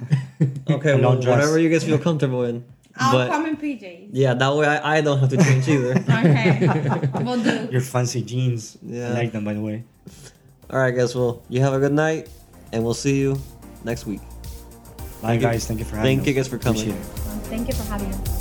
Speaker 2: Okay,
Speaker 3: And
Speaker 2: well,
Speaker 3: don't dress.
Speaker 2: whatever you guys feel comfortable in.
Speaker 5: I'll
Speaker 2: but
Speaker 5: come in PJs.
Speaker 2: yeah, that way I, I don't have to change either.
Speaker 5: Okay, we'll do.
Speaker 3: Your fancy jeans.
Speaker 2: Yeah.
Speaker 3: I like them, by the way.
Speaker 2: All right, guys. Well, you have a good night, and we'll see you next week.
Speaker 3: Bye,
Speaker 2: you.
Speaker 3: guys. Thank you for having
Speaker 2: Thank
Speaker 3: us.
Speaker 2: you guys for coming.
Speaker 3: Appreciate it.
Speaker 5: Thank you for having us.